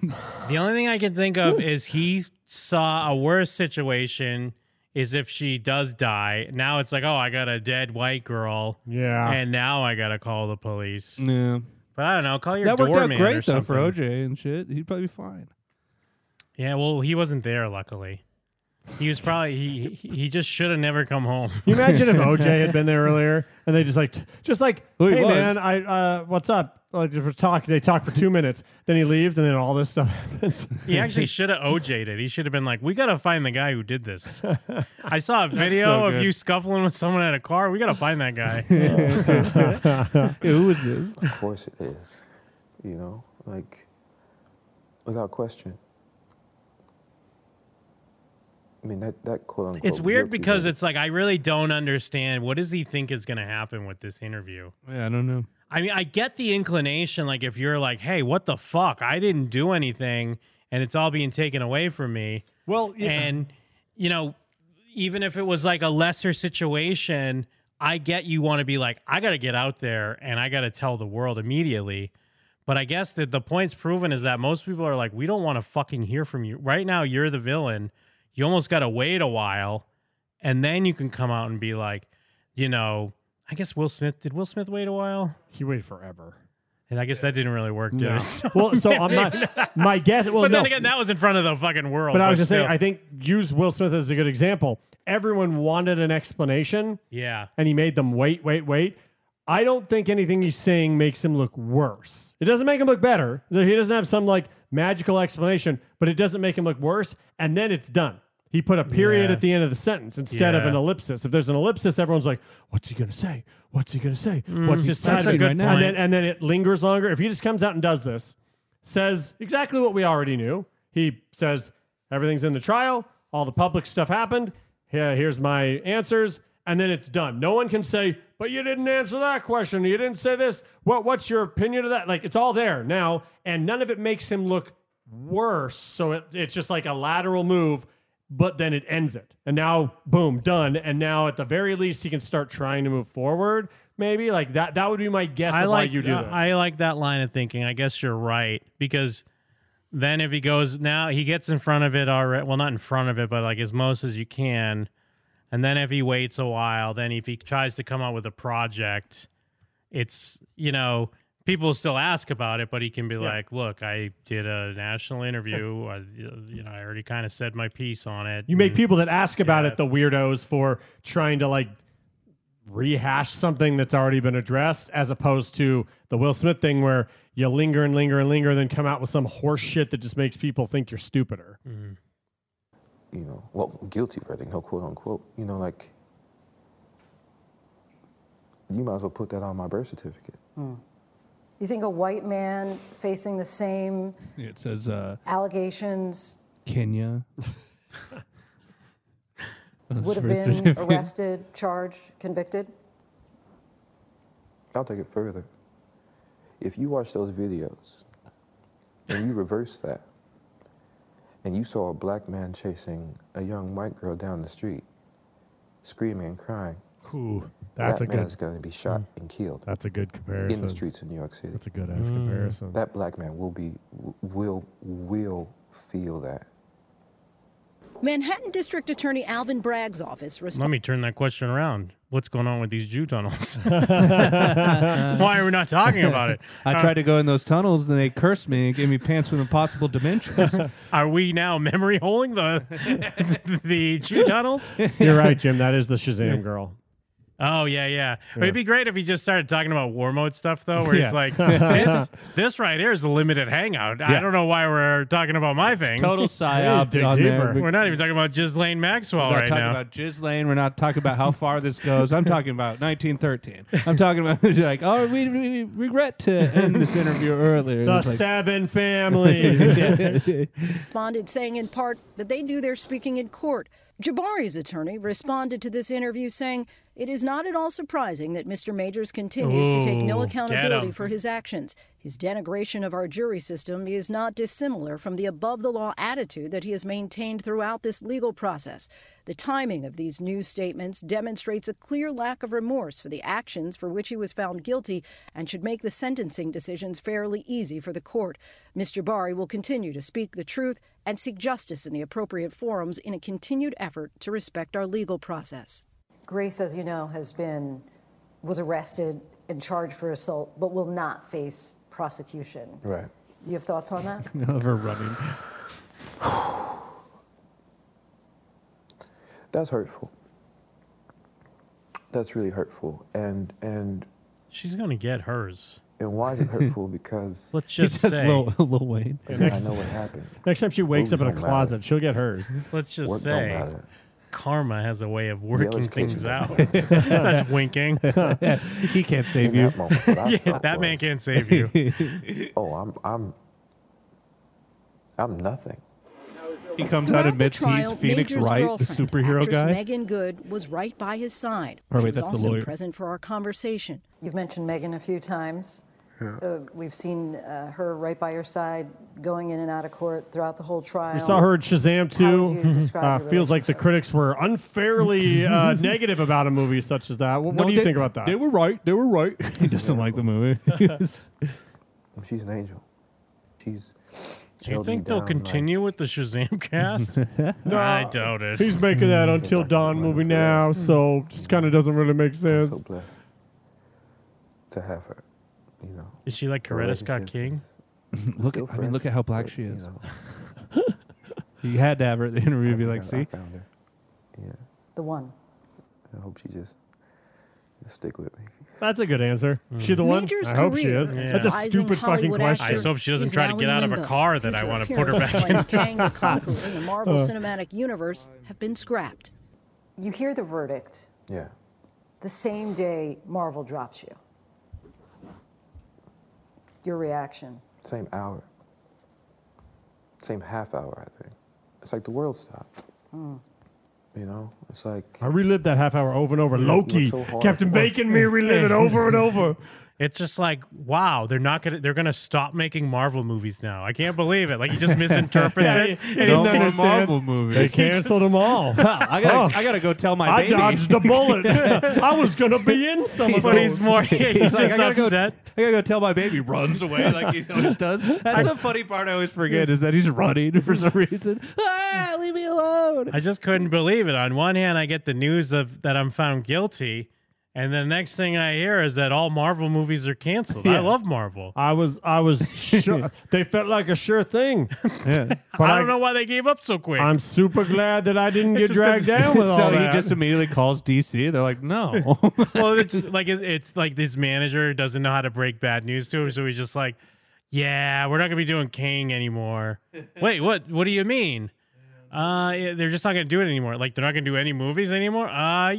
The only thing I can think of is he saw a worse situation is if she does die. Now it's like, oh, I got a dead white girl. Yeah. Mm. And now I got to call the police. yeah. But I don't know. Call your That worked out doorman or great though for something. OJ and shit. He'd probably be fine. Yeah, well, he wasn't there, luckily. He was probably, he, he he just should have never come home. Can you imagine if OJ had been there earlier and they just like, t- just like, Well, he hey was. man, I uh, what's up? Like just for talk, they talk for two minutes, then he leaves, and then all this stuff happens. He actually should have OJ'd it. He should have been like, we got to find the guy who did this. I saw a That's video so of good. you scuffling with someone at a car. We got to find that guy. Yeah, who is this? Of course it is. You know, like, without question. I mean, that, that quote unquote. It's weird guilty because verdict- it's like I really don't understand what does he think is going to happen with this interview. Yeah, I don't know. I mean, I get the inclination like if you're like, "Hey, what the fuck? I didn't do anything and it's all being taken away from me." Well, yeah. and you know, even if it was like a lesser situation, I get you want to be like, "I got to get out there and I got to tell the world immediately." But I guess that the point's proven is that most people are like, we don't want to fucking hear from you. Right now, you're the villain. You almost got to wait a while. And then you can come out and be like, you know, I guess Will Smith, did Will Smith wait a while? He waited forever. And I guess that didn't really work, did No. it? Well, so I'm not- my guess- well, but then no. again, that was in front of the fucking world. But I was just saying, still. I think use Will Smith as a good example. Everyone wanted an explanation. Yeah. And he made them wait, wait, wait. I don't think anything he's saying makes him look worse. It doesn't make him look better. He doesn't have some like magical explanation, but it doesn't make him look worse. And then it's done. He put a period Yeah. at the end of the sentence instead of Yeah. an ellipsis. If there's an ellipsis, everyone's like, "What's he gonna say? What's he gonna say? What's Mm, his that's a strategy good right point. now?" And then and then it lingers longer. If he just comes out and does this, says exactly what we already knew. He says everything's in the trial, all the public stuff happened. Here- here's my answers, and then it's done. No one can say, "But you didn't answer that question. You didn't say this. What? What's your opinion of that?" Like it's all there now, and none of it makes him look worse. So it, it's just like a lateral move. But then it ends it. And now, boom, done. And now, at the very least, he can start trying to move forward, maybe. Like that, that would be my guess I of like why you do uh, this. I like that line of thinking. I guess you're right because then if he goes now, he gets in front of it already. Well, not in front of it, but like as most as you can. And then if he waits a while, then if he tries to come out with a project, it's you know people still ask about it, but he can be like, "Look, I did a national interview. I, you know, I already kind of said my piece on it." You Mm-hmm. make and- people that ask about Yeah. it the weirdos for trying to like rehash something that's already been addressed, as opposed to the Will Smith thing where you linger and linger and linger, and then come out with some horse shit that just makes people think you're stupider. Mm-hmm. you know, well, guilty verdict, no quote unquote, you know, like, you might as well put that on my birth certificate. You think a white man facing the same It says uh, allegations Kenya. would have been arrested, charged, convicted? I'll take it further. If you watch those videos and you reverse that, and you saw a black man chasing a young white girl down the street, screaming and crying, Ooh, that's that a man is good. Mm. going to be shot and killed. That's a good in comparison. the streets of New York City. That's a good ass Mm. comparison. That black man will be w- will will feel that. Manhattan District Attorney Alvin Bragg's office Let responded. me turn that question around. What's going on with these Jew tunnels? Why are we not talking about it? I Uh, tried to go in those tunnels, and they cursed me and gave me pants with impossible dimensions. Are we now memory holding the the Jew tunnels? You're right, Jim. That is the Shazam girl. Oh yeah, yeah. It'd be great if he just started talking about war mode stuff though, where Yeah. he's like, "This, this right here is the limited hangout." I Yeah. don't know why we're talking about my thing. total psyop Dig on there. deeper. We're not even talking about Ghislaine Maxwell We're not right talking now. about Jizz Lane. We're not talking about how far this goes. I'm talking about 1913. I'm talking about like, oh, we, we we regret to end this interview earlier. The It's like- seven families. responded, saying in part that they do their speaking in court. Jabari's attorney responded to this interview saying, It is not at all surprising that Mr. Majors continues to take Ooh, no get accountability 'em. for his actions. His denigration of our jury system is not dissimilar from the above the law attitude that he has maintained throughout this legal process. The timing of these new statements demonstrates a clear lack of remorse for the actions for which he was found guilty and should make the sentencing decisions fairly easy for the court. Mr. Bari will continue to speak the truth and seek justice in the appropriate forums in a continued effort to respect our legal process. Grace, as you know, has been was arrested and charged for assault, but will not face prosecution. Right. You have thoughts on that? Never running. That's hurtful. That's really hurtful. And and She's gonna get hers. and why is it hurtful? because Let's just say, Wayne. Yeah, I know what happened. Next time she wakes Movies up in a don't matter. closet, she'll get hers. let's just Work don't say, matter. karma has a way of Yeah, working let's close things it out. down. That's winking. he can't In save you. that moment, what I yeah, felt that man was- can't save you. oh, I'm I'm I'm nothing. He comes out Throughout and admits the trial, he's Phoenix Major's Wright, the girlfriend, superhero actress guy. Megan Good was right by his side. Or wait, she was that's the also lawyer. present for our conversation. You've mentioned Megan a few times. Yeah. Uh, we've seen uh, her right by your side, going in and out of court throughout the whole trial. We saw her in Shazam you 2. describe Uh, your feels like the critics were unfairly uh, negative about a movie such as that. What, No, what do you they- think about that? They were right. They were right. He doesn't like the movie. She's an angel. She's. Do you held me think they'll down like- continue with the Shazam cast? No, I doubt it. He's making that Until Dawn movie now, so just kind of doesn't really make sense. blessed to have her. You know. Is she like Coretta Scott King? look at, I mean, look at how black she is. You had to have her at the interview. Be like, I- I see, found her. Yeah. The one. I hope she just, just stick with me. That's a good answer. Mm. She the one? Major's I hope she career as is. That's a a rising stupid fucking Hollywood question. I just hope she doesn't is try to now get in out of a limbo. car that I Future want to put her appearances back playing Kang in. the Conqueror in the Marvel Uh. Cinematic Universe have been scrapped. You hear the verdict Yeah. the same day Marvel drops you. Your reaction. Same hour. Same half hour, I think. It's like the world stopped. Mm. You know. It's like. I relived that half hour over and over. Yeah, Loki, it's so hard. Captain Bacon, me relive it over and over. It's just like, wow, they're not gonna they're gonna stop making Marvel movies now. I can't believe it. Like he just misinterprets Yeah, it. he- and he he doesn't doesn't understand. understand. Marvel movies. They canceled them all. Oh. Huh, I gotta- I gotta go tell my I baby. dodged a bullet. I was gonna be in some of But he's those. more- he's He's like, just I gotta go- upset. I gotta go tell my baby runs away like he always does. That's the funny part I always forget is that he's running for some reason. Ah, leave me alone. I just couldn't believe it. On one hand, I get the news of that I'm found guilty, and the next thing I hear is that all Marvel movies are canceled. I Yeah. love Marvel. I was, I was. Sure, they felt like a sure thing. Yeah, but I don't know why they gave up so quick. I'm super glad that I didn't get It's just 'cause- dragged down with So all so that. he just immediately calls DC. They're like, no. well, it's like it's, it's like this manager doesn't know how to break bad news to him, so he's just like, "Yeah, we're not gonna be doing King anymore." Wait, what? What do you mean? Uh, yeah, they're just not gonna do it anymore. Like they're not gonna do any movies anymore. Uh, yeah,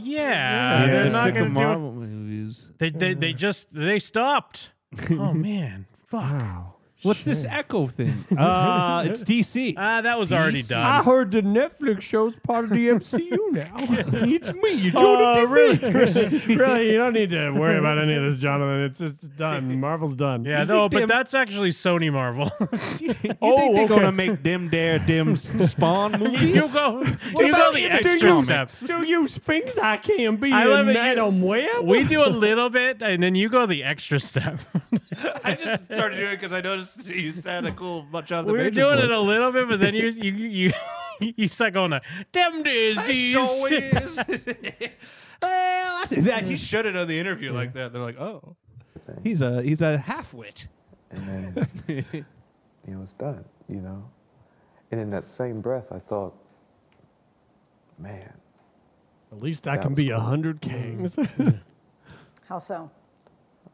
Yeah, they're, they're not sick of gonna do- Marvel movies. They they, they just they stopped. oh man, fuck! Wow. What's this echo thing? uh, it's DC. Ah, that was already done. I heard the Netflix show's part of the MCU now. it's me. You Oh, really? really? really? You don't need to worry about any of this, Jonathan. It's just done. Marvel's done. Yeah, no, but that's actually Sony Marvel. oh, think they're gonna make them dare them s- Spawn movies? you go, What you go about the you? extra do you, steps. Do you think I can be I love a it. night You- on web? We do a little bit, and then you go the extra step. started doing it because I noticed you said a cool much out of the we were Matrix doing it voice. a little bit, but then you you you you start going to damn disease. sure well, I think that he should have done the interview like that. They're like, oh, he's a he's a halfwit. and then it was done, you know. And in that same breath, I thought, man, At least I That can was be cool. a hundred kings. How so?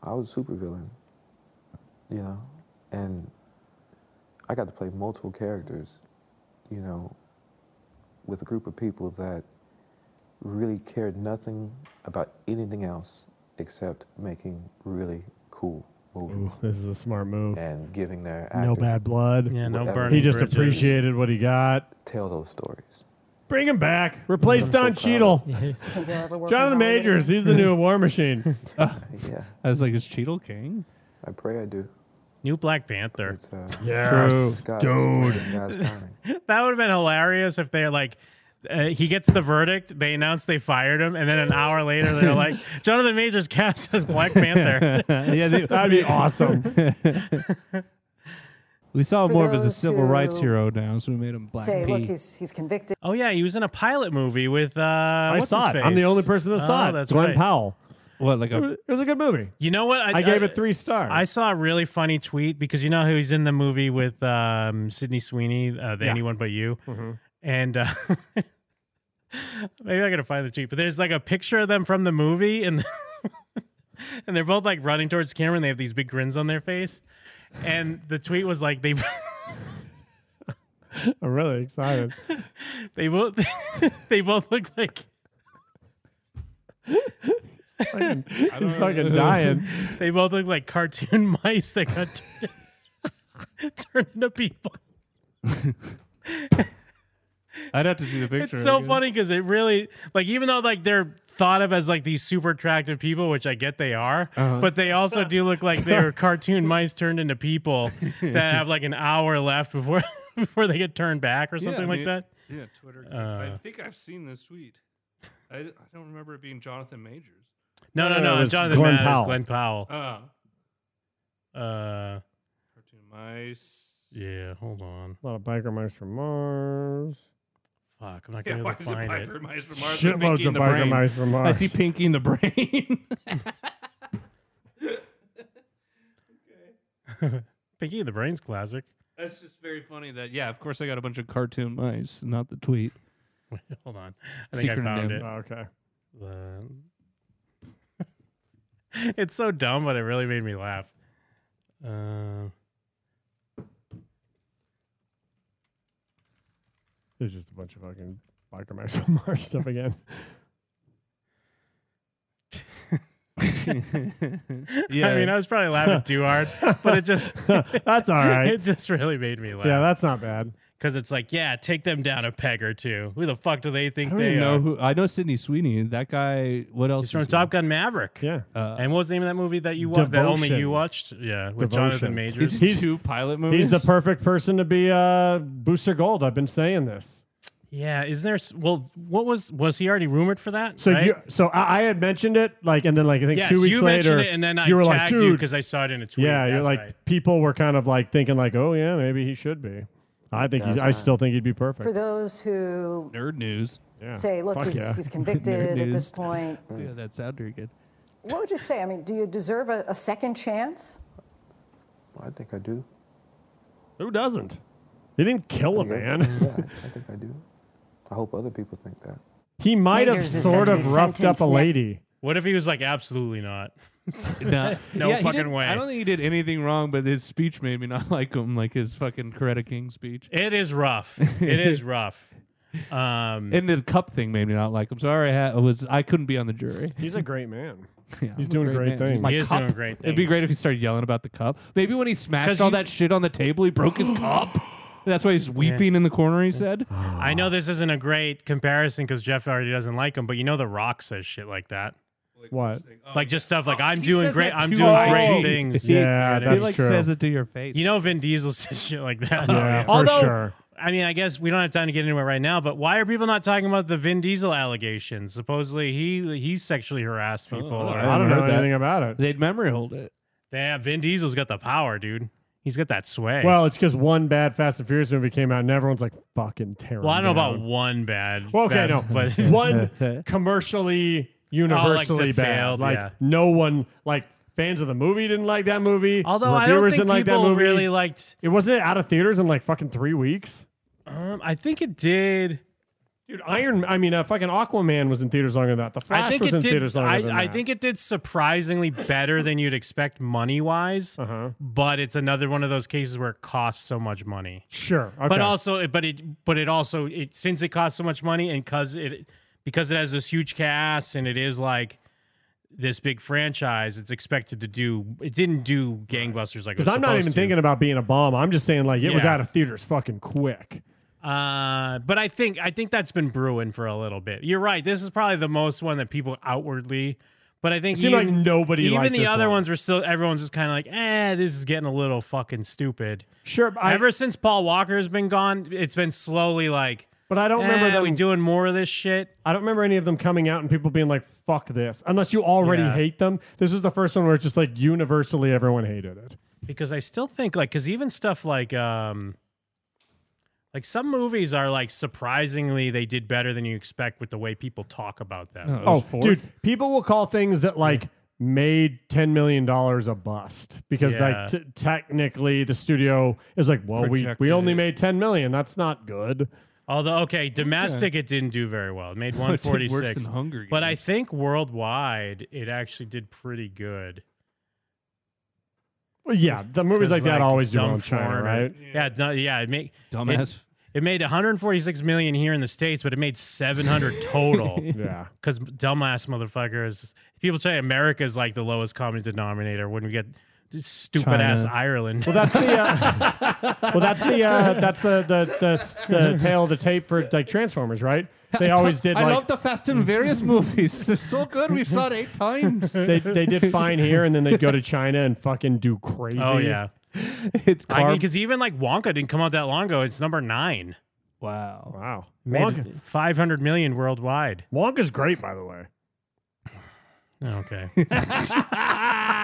I was a supervillain, you know, and I got to play multiple characters, you know, with a group of people that really cared nothing about anything else except making really cool movies this is a smart move. and giving their actors No bad blood. Yeah, no whatever burning He just bridges. appreciated what he got. tell those stories. Bring him back. Replace Don Cheadle. Think you'll ever work in Hollywood Jonathan Majors. again? He's the new War Machine. Yeah, I was like, is Cheadle King? I pray I do. New Black Panther. uh, Yes, God's dude. plan, God's timing. That would have been hilarious if they're like, uh, he gets the verdict. They announce they fired him, and then an hour later they're like, Jonathan Majors cast as Black Panther. yeah, they- That'd be awesome. We saw him more of as a those civil rights who hero now, so we made him Black Say, P. look, he's he's convicted. Oh yeah, he was in a pilot movie with. Uh, I saw it. I'm the only person that saw it. Oh, That's Glenn right. Powell. What, like It was, a it was a good movie. You know what? I gave it three stars. I saw a really funny tweet because you know who he's in the movie with um, Sydney Sweeney, uh, the Yeah. Anyone But You, Mhm. and uh, maybe I gotta find the tweet. But there's like a picture of them from the movie, and and they're both like running towards camera, and they have these big grins on their face. And the tweet was like they I'm really excited. they both they both look like fucking- he's fucking dying. They both look like cartoon mice that got turned, turned into people. I'd have to see the picture. It's so again. funny because it really like even though like they're thought of as like these super attractive people, which I get they are, Uh-huh. but they also do look like they're cartoon mice turned into people that have like an hour left before before they get turned back or Yeah, something I like mean, that. Yeah, Twitter. Uh, I think I've seen this tweet. I, I don't remember it being Jonathan Majors. No, uh, no, No, no, no, it was Jonathan Glenn Glenn Powell. Powell. Glenn Powell. Oh, Uh, cartoon mice. yeah, hold on. A lot of biker mice from Mars. Fuck, I'm not Yeah, gonna why be is able it to find Piper it. Mice from Mars? with Pinky Shitloads of and the biker Brain? mice from Mars. I see Pinky in the Brain. Pinky and the Brain's classic. That's just very funny that, yeah, of course I got a bunch of cartoon mice, not the tweet. Wait, hold on. I think I Secret found name. it. Oh, okay. Uh, it's so dumb, but it really made me laugh. Uh, It's just a bunch of fucking biker mice from Mars stuff again. I Yeah. mean, I was probably laughing too hard, but it just That's all right. It just really made me laugh. yeah, that's not bad. because it's like, yeah, take them down a peg or two. Who the fuck do they I think don't they even know are? who. I know Sydney Sweeney. That guy. What else? He's from is he? Top Gun Maverick. Yeah. Uh, and what was the name of that movie that you watched? That only Devotion. you watched? Yeah, with Devotion. Jonathan Majors. Is he two pilot movies? He's the perfect person to be uh, Booster Gold. I've been saying this. yeah, is there? s- Well, what was was he already rumored for that? So right? you, so I, I had mentioned it like, and then like I think yes, two weeks you later, mentioned it, and then I you were like, tagged you dude, because I saw it in a tweet. yeah, you're That's like right. people were kind of like thinking like, oh yeah, maybe he should be. I think he's, That's I right. still think he'd be perfect. For those who nerd news. yeah. say, look, Fuck he's, yeah. he's convicted at this point. Yeah, that sounded good. What would you say? I mean, do you deserve a, a second chance? I think I do. Who doesn't? He didn't kill a man. Yeah, I think I do. I hope other people think that. He might have Majors is sort under of roughed up sentence a now. lady. What if he was like, absolutely not? No, No fucking way. I don't think he did anything wrong, but his speech made me not like him, like his fucking Coretta King speech. It is rough. It is rough. Um, And the cup thing made me not like him. So I already had, was I couldn't be on the jury. He's a great man. Yeah, He's I'm a doing great man. things. He's my He is cup. doing great It'd be things. great if he started yelling about the cup. Maybe when he smashed 'Cause all you- that shit on the table, he broke his cup. That's why he's weeping in the corner. He said, I know this isn't a great comparison because Jeff already doesn't like him, but you know The Rock says shit like that. What? Like just stuff Oh, like I'm he doing says great, that I'm to doing you. great Oh. things. He- Yeah, it he, is. like, True. says it to your face. You know, Vin Diesel says shit like that. Oh, Yeah, for Uh, Although, sure. I mean, I guess we don't have time to get into it right now. But why are people not talking about the Vin Diesel allegations? Supposedly he he sexually harassed people. Oh, or- I don't know anything about it. They'd memory hold it. Yeah, Vin Diesel's got the power, dude. He's got that sway. Well, it's because one bad Fast and Furious movie came out, and everyone's like, "Fucking terrible." Well, I don't know about one bad. Well, okay, fast- no, but one commercially universally that bad. Oh, failed, like yeah. no one, like fans of the movie didn't like that movie. Although I don't reviewers think didn't like that people movie. really liked- it. Wasn't out of theaters in like fucking three weeks. Um, I think it did. Dude, Iron. I mean, uh, fucking Aquaman was in theaters longer than that. The Flash I think was it in did. theaters longer than I, I that. think it did surprisingly better than you'd expect money wise. Uh-huh. But it's another one of those cases where it costs so much money. Sure. Okay. But also, but it, but it also, it since it costs so much money and because it, because it has this huge cast and it is like this big franchise, it's expected to do. It didn't do gangbusters like it was because I'm not supposed even to. thinking about being a bomb. I'm just saying like it was Yeah. out of theaters fucking quick. Uh, but I think I think that's been brewing for a little bit. You're right. This is probably the most one that people outwardly. But I think It seemed like nobody even liked the this other one. ones were still. Everyone's just kind of like, eh, this is getting a little fucking stupid. Sure. I- Ever since Paul Walker's been gone, it's been slowly like. But I don't remember eh, them we doing more of this shit. I don't remember any of them coming out and people being like, fuck this. Unless you already Yeah. hate them. This is the first one where it's just like universally everyone hated it. because I still think like because even stuff like um like some movies are like surprisingly they did better than you expect with the way people talk about them. oh, dude. People will call things that like made $10 million a bust because Yeah. like t- technically the studio is like, well, we, we Projected only made 10 million. That's not good. Although okay, domestic it didn't do very well. It made No, it did worse 146. than Hunger But I think worldwide it actually did pretty good. Well, yeah. The movies 'Cause, like that always do Dumb well in China, Foreigner- right? Yeah, no, yeah, it made Dumbass. It, it made 146 million here in the states, but it made 700 total. Yeah. because dumbass motherfuckers. People say America is like the lowest common denominator when we get stupid China. ass Ireland. Well, that's the uh, well, that's the uh, that's the the, the the tail of the tape for like Transformers, right? They always did. I like, love the Fast and Various movies. They're so good. We've saw it eight times. they they did fine here, and then they'd go to China and fucking do crazy. Oh yeah, I mean, because even like Wonka didn't come out that long ago. It's number nine. Wow, wow, made Wonka- 500 million worldwide. Wonka's great, by the way. Okay. no,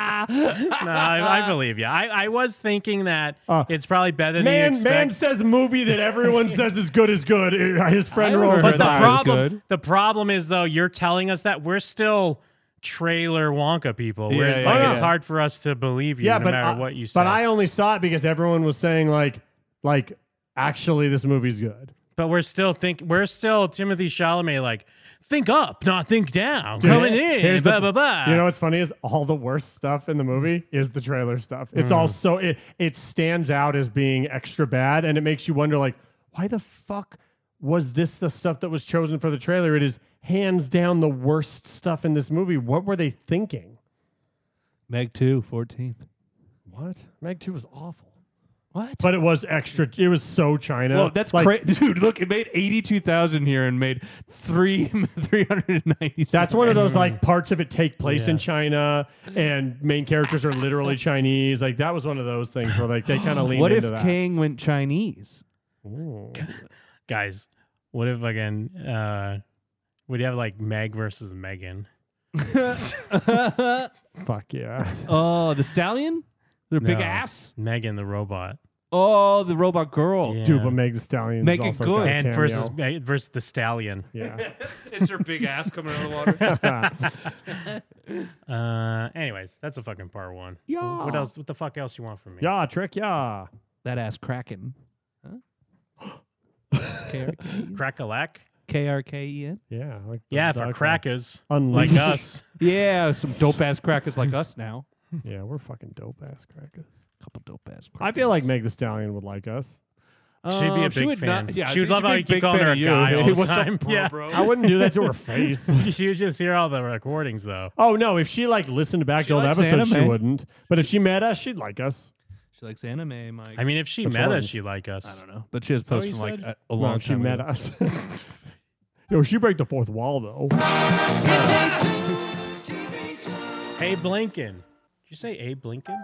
I, I believe you. I, I was thinking that it's probably better than you Uh, Man, expect. man says movie that everyone says is good is good. uh, His friend rolls But his the eyes. problem, the problem is though, you're telling us that we're still trailer Wonka people. We're, Yeah, yeah, like, yeah. It's hard for us to believe you, yeah, no but matter I, what you say. but I only saw it because everyone was saying like like actually this movie's good. But we're still think we're still Timothy Chalamet like think up, not think down. Coming in, Here's blah blah the- blah. You know what's funny is all the worst stuff in the movie is the trailer stuff. It's all Mm. so it it stands out as being extra bad, and it makes you wonder like why the fuck was this the stuff that was chosen for the trailer? It is hands down the worst stuff in this movie. What were they thinking? Meg 2, 14th. What Meg Two was awful. What? But it was extra. It was so China. Whoa, that's Like, cra Dude, look, it made 82,000 here and made three 390. That's one of those like parts of it take place in China, and main characters are literally Chinese. Like that was one of those things where like they kind of lean What into if that. Kang went Chinese? Guys, what if again uh would you have like Meg versus Megan? Fuck yeah. Oh, the stallion? Their big No, ass? Megan the robot. Oh, the robot girl. Dude, but Meg the Stallion. Make it good. Oh, And versus Meg- versus the stallion. Yeah. it's her big ass coming out of the water. uh anyways, that's a fucking part one. Yeah. What else what the fuck else you want from me? Yeah, trick yeah. That ass cracking. Crackalack? K R K E N? Yeah. Like Yeah, for crackers like Unleashed. us. Yeah, some dope ass crackers like us now. Yeah, we're fucking dope ass crackers. Couple dope ass I feel like Meg the Stallion would like us. She'd be a Um, she big would fan. not- yeah, I she would think love she'd how be you a keep big calling fan her a of you. guy all Hey, the what's up, time. bro, yeah. bro? I wouldn't do that to her face. she would just hear all the recordings, though. Oh no! If she like listened back She to old likes episodes, she anime. wouldn't. But if she met us, she'd like us. She likes anime, Mike. I mean, if she Which met ones? us, she'd like us. I don't know. But she was Is that what posting you like said? a, a long no, she time met ago. us. Yo, she break the fourth wall though. Abe Lincoln. Did you say Abe Lincoln?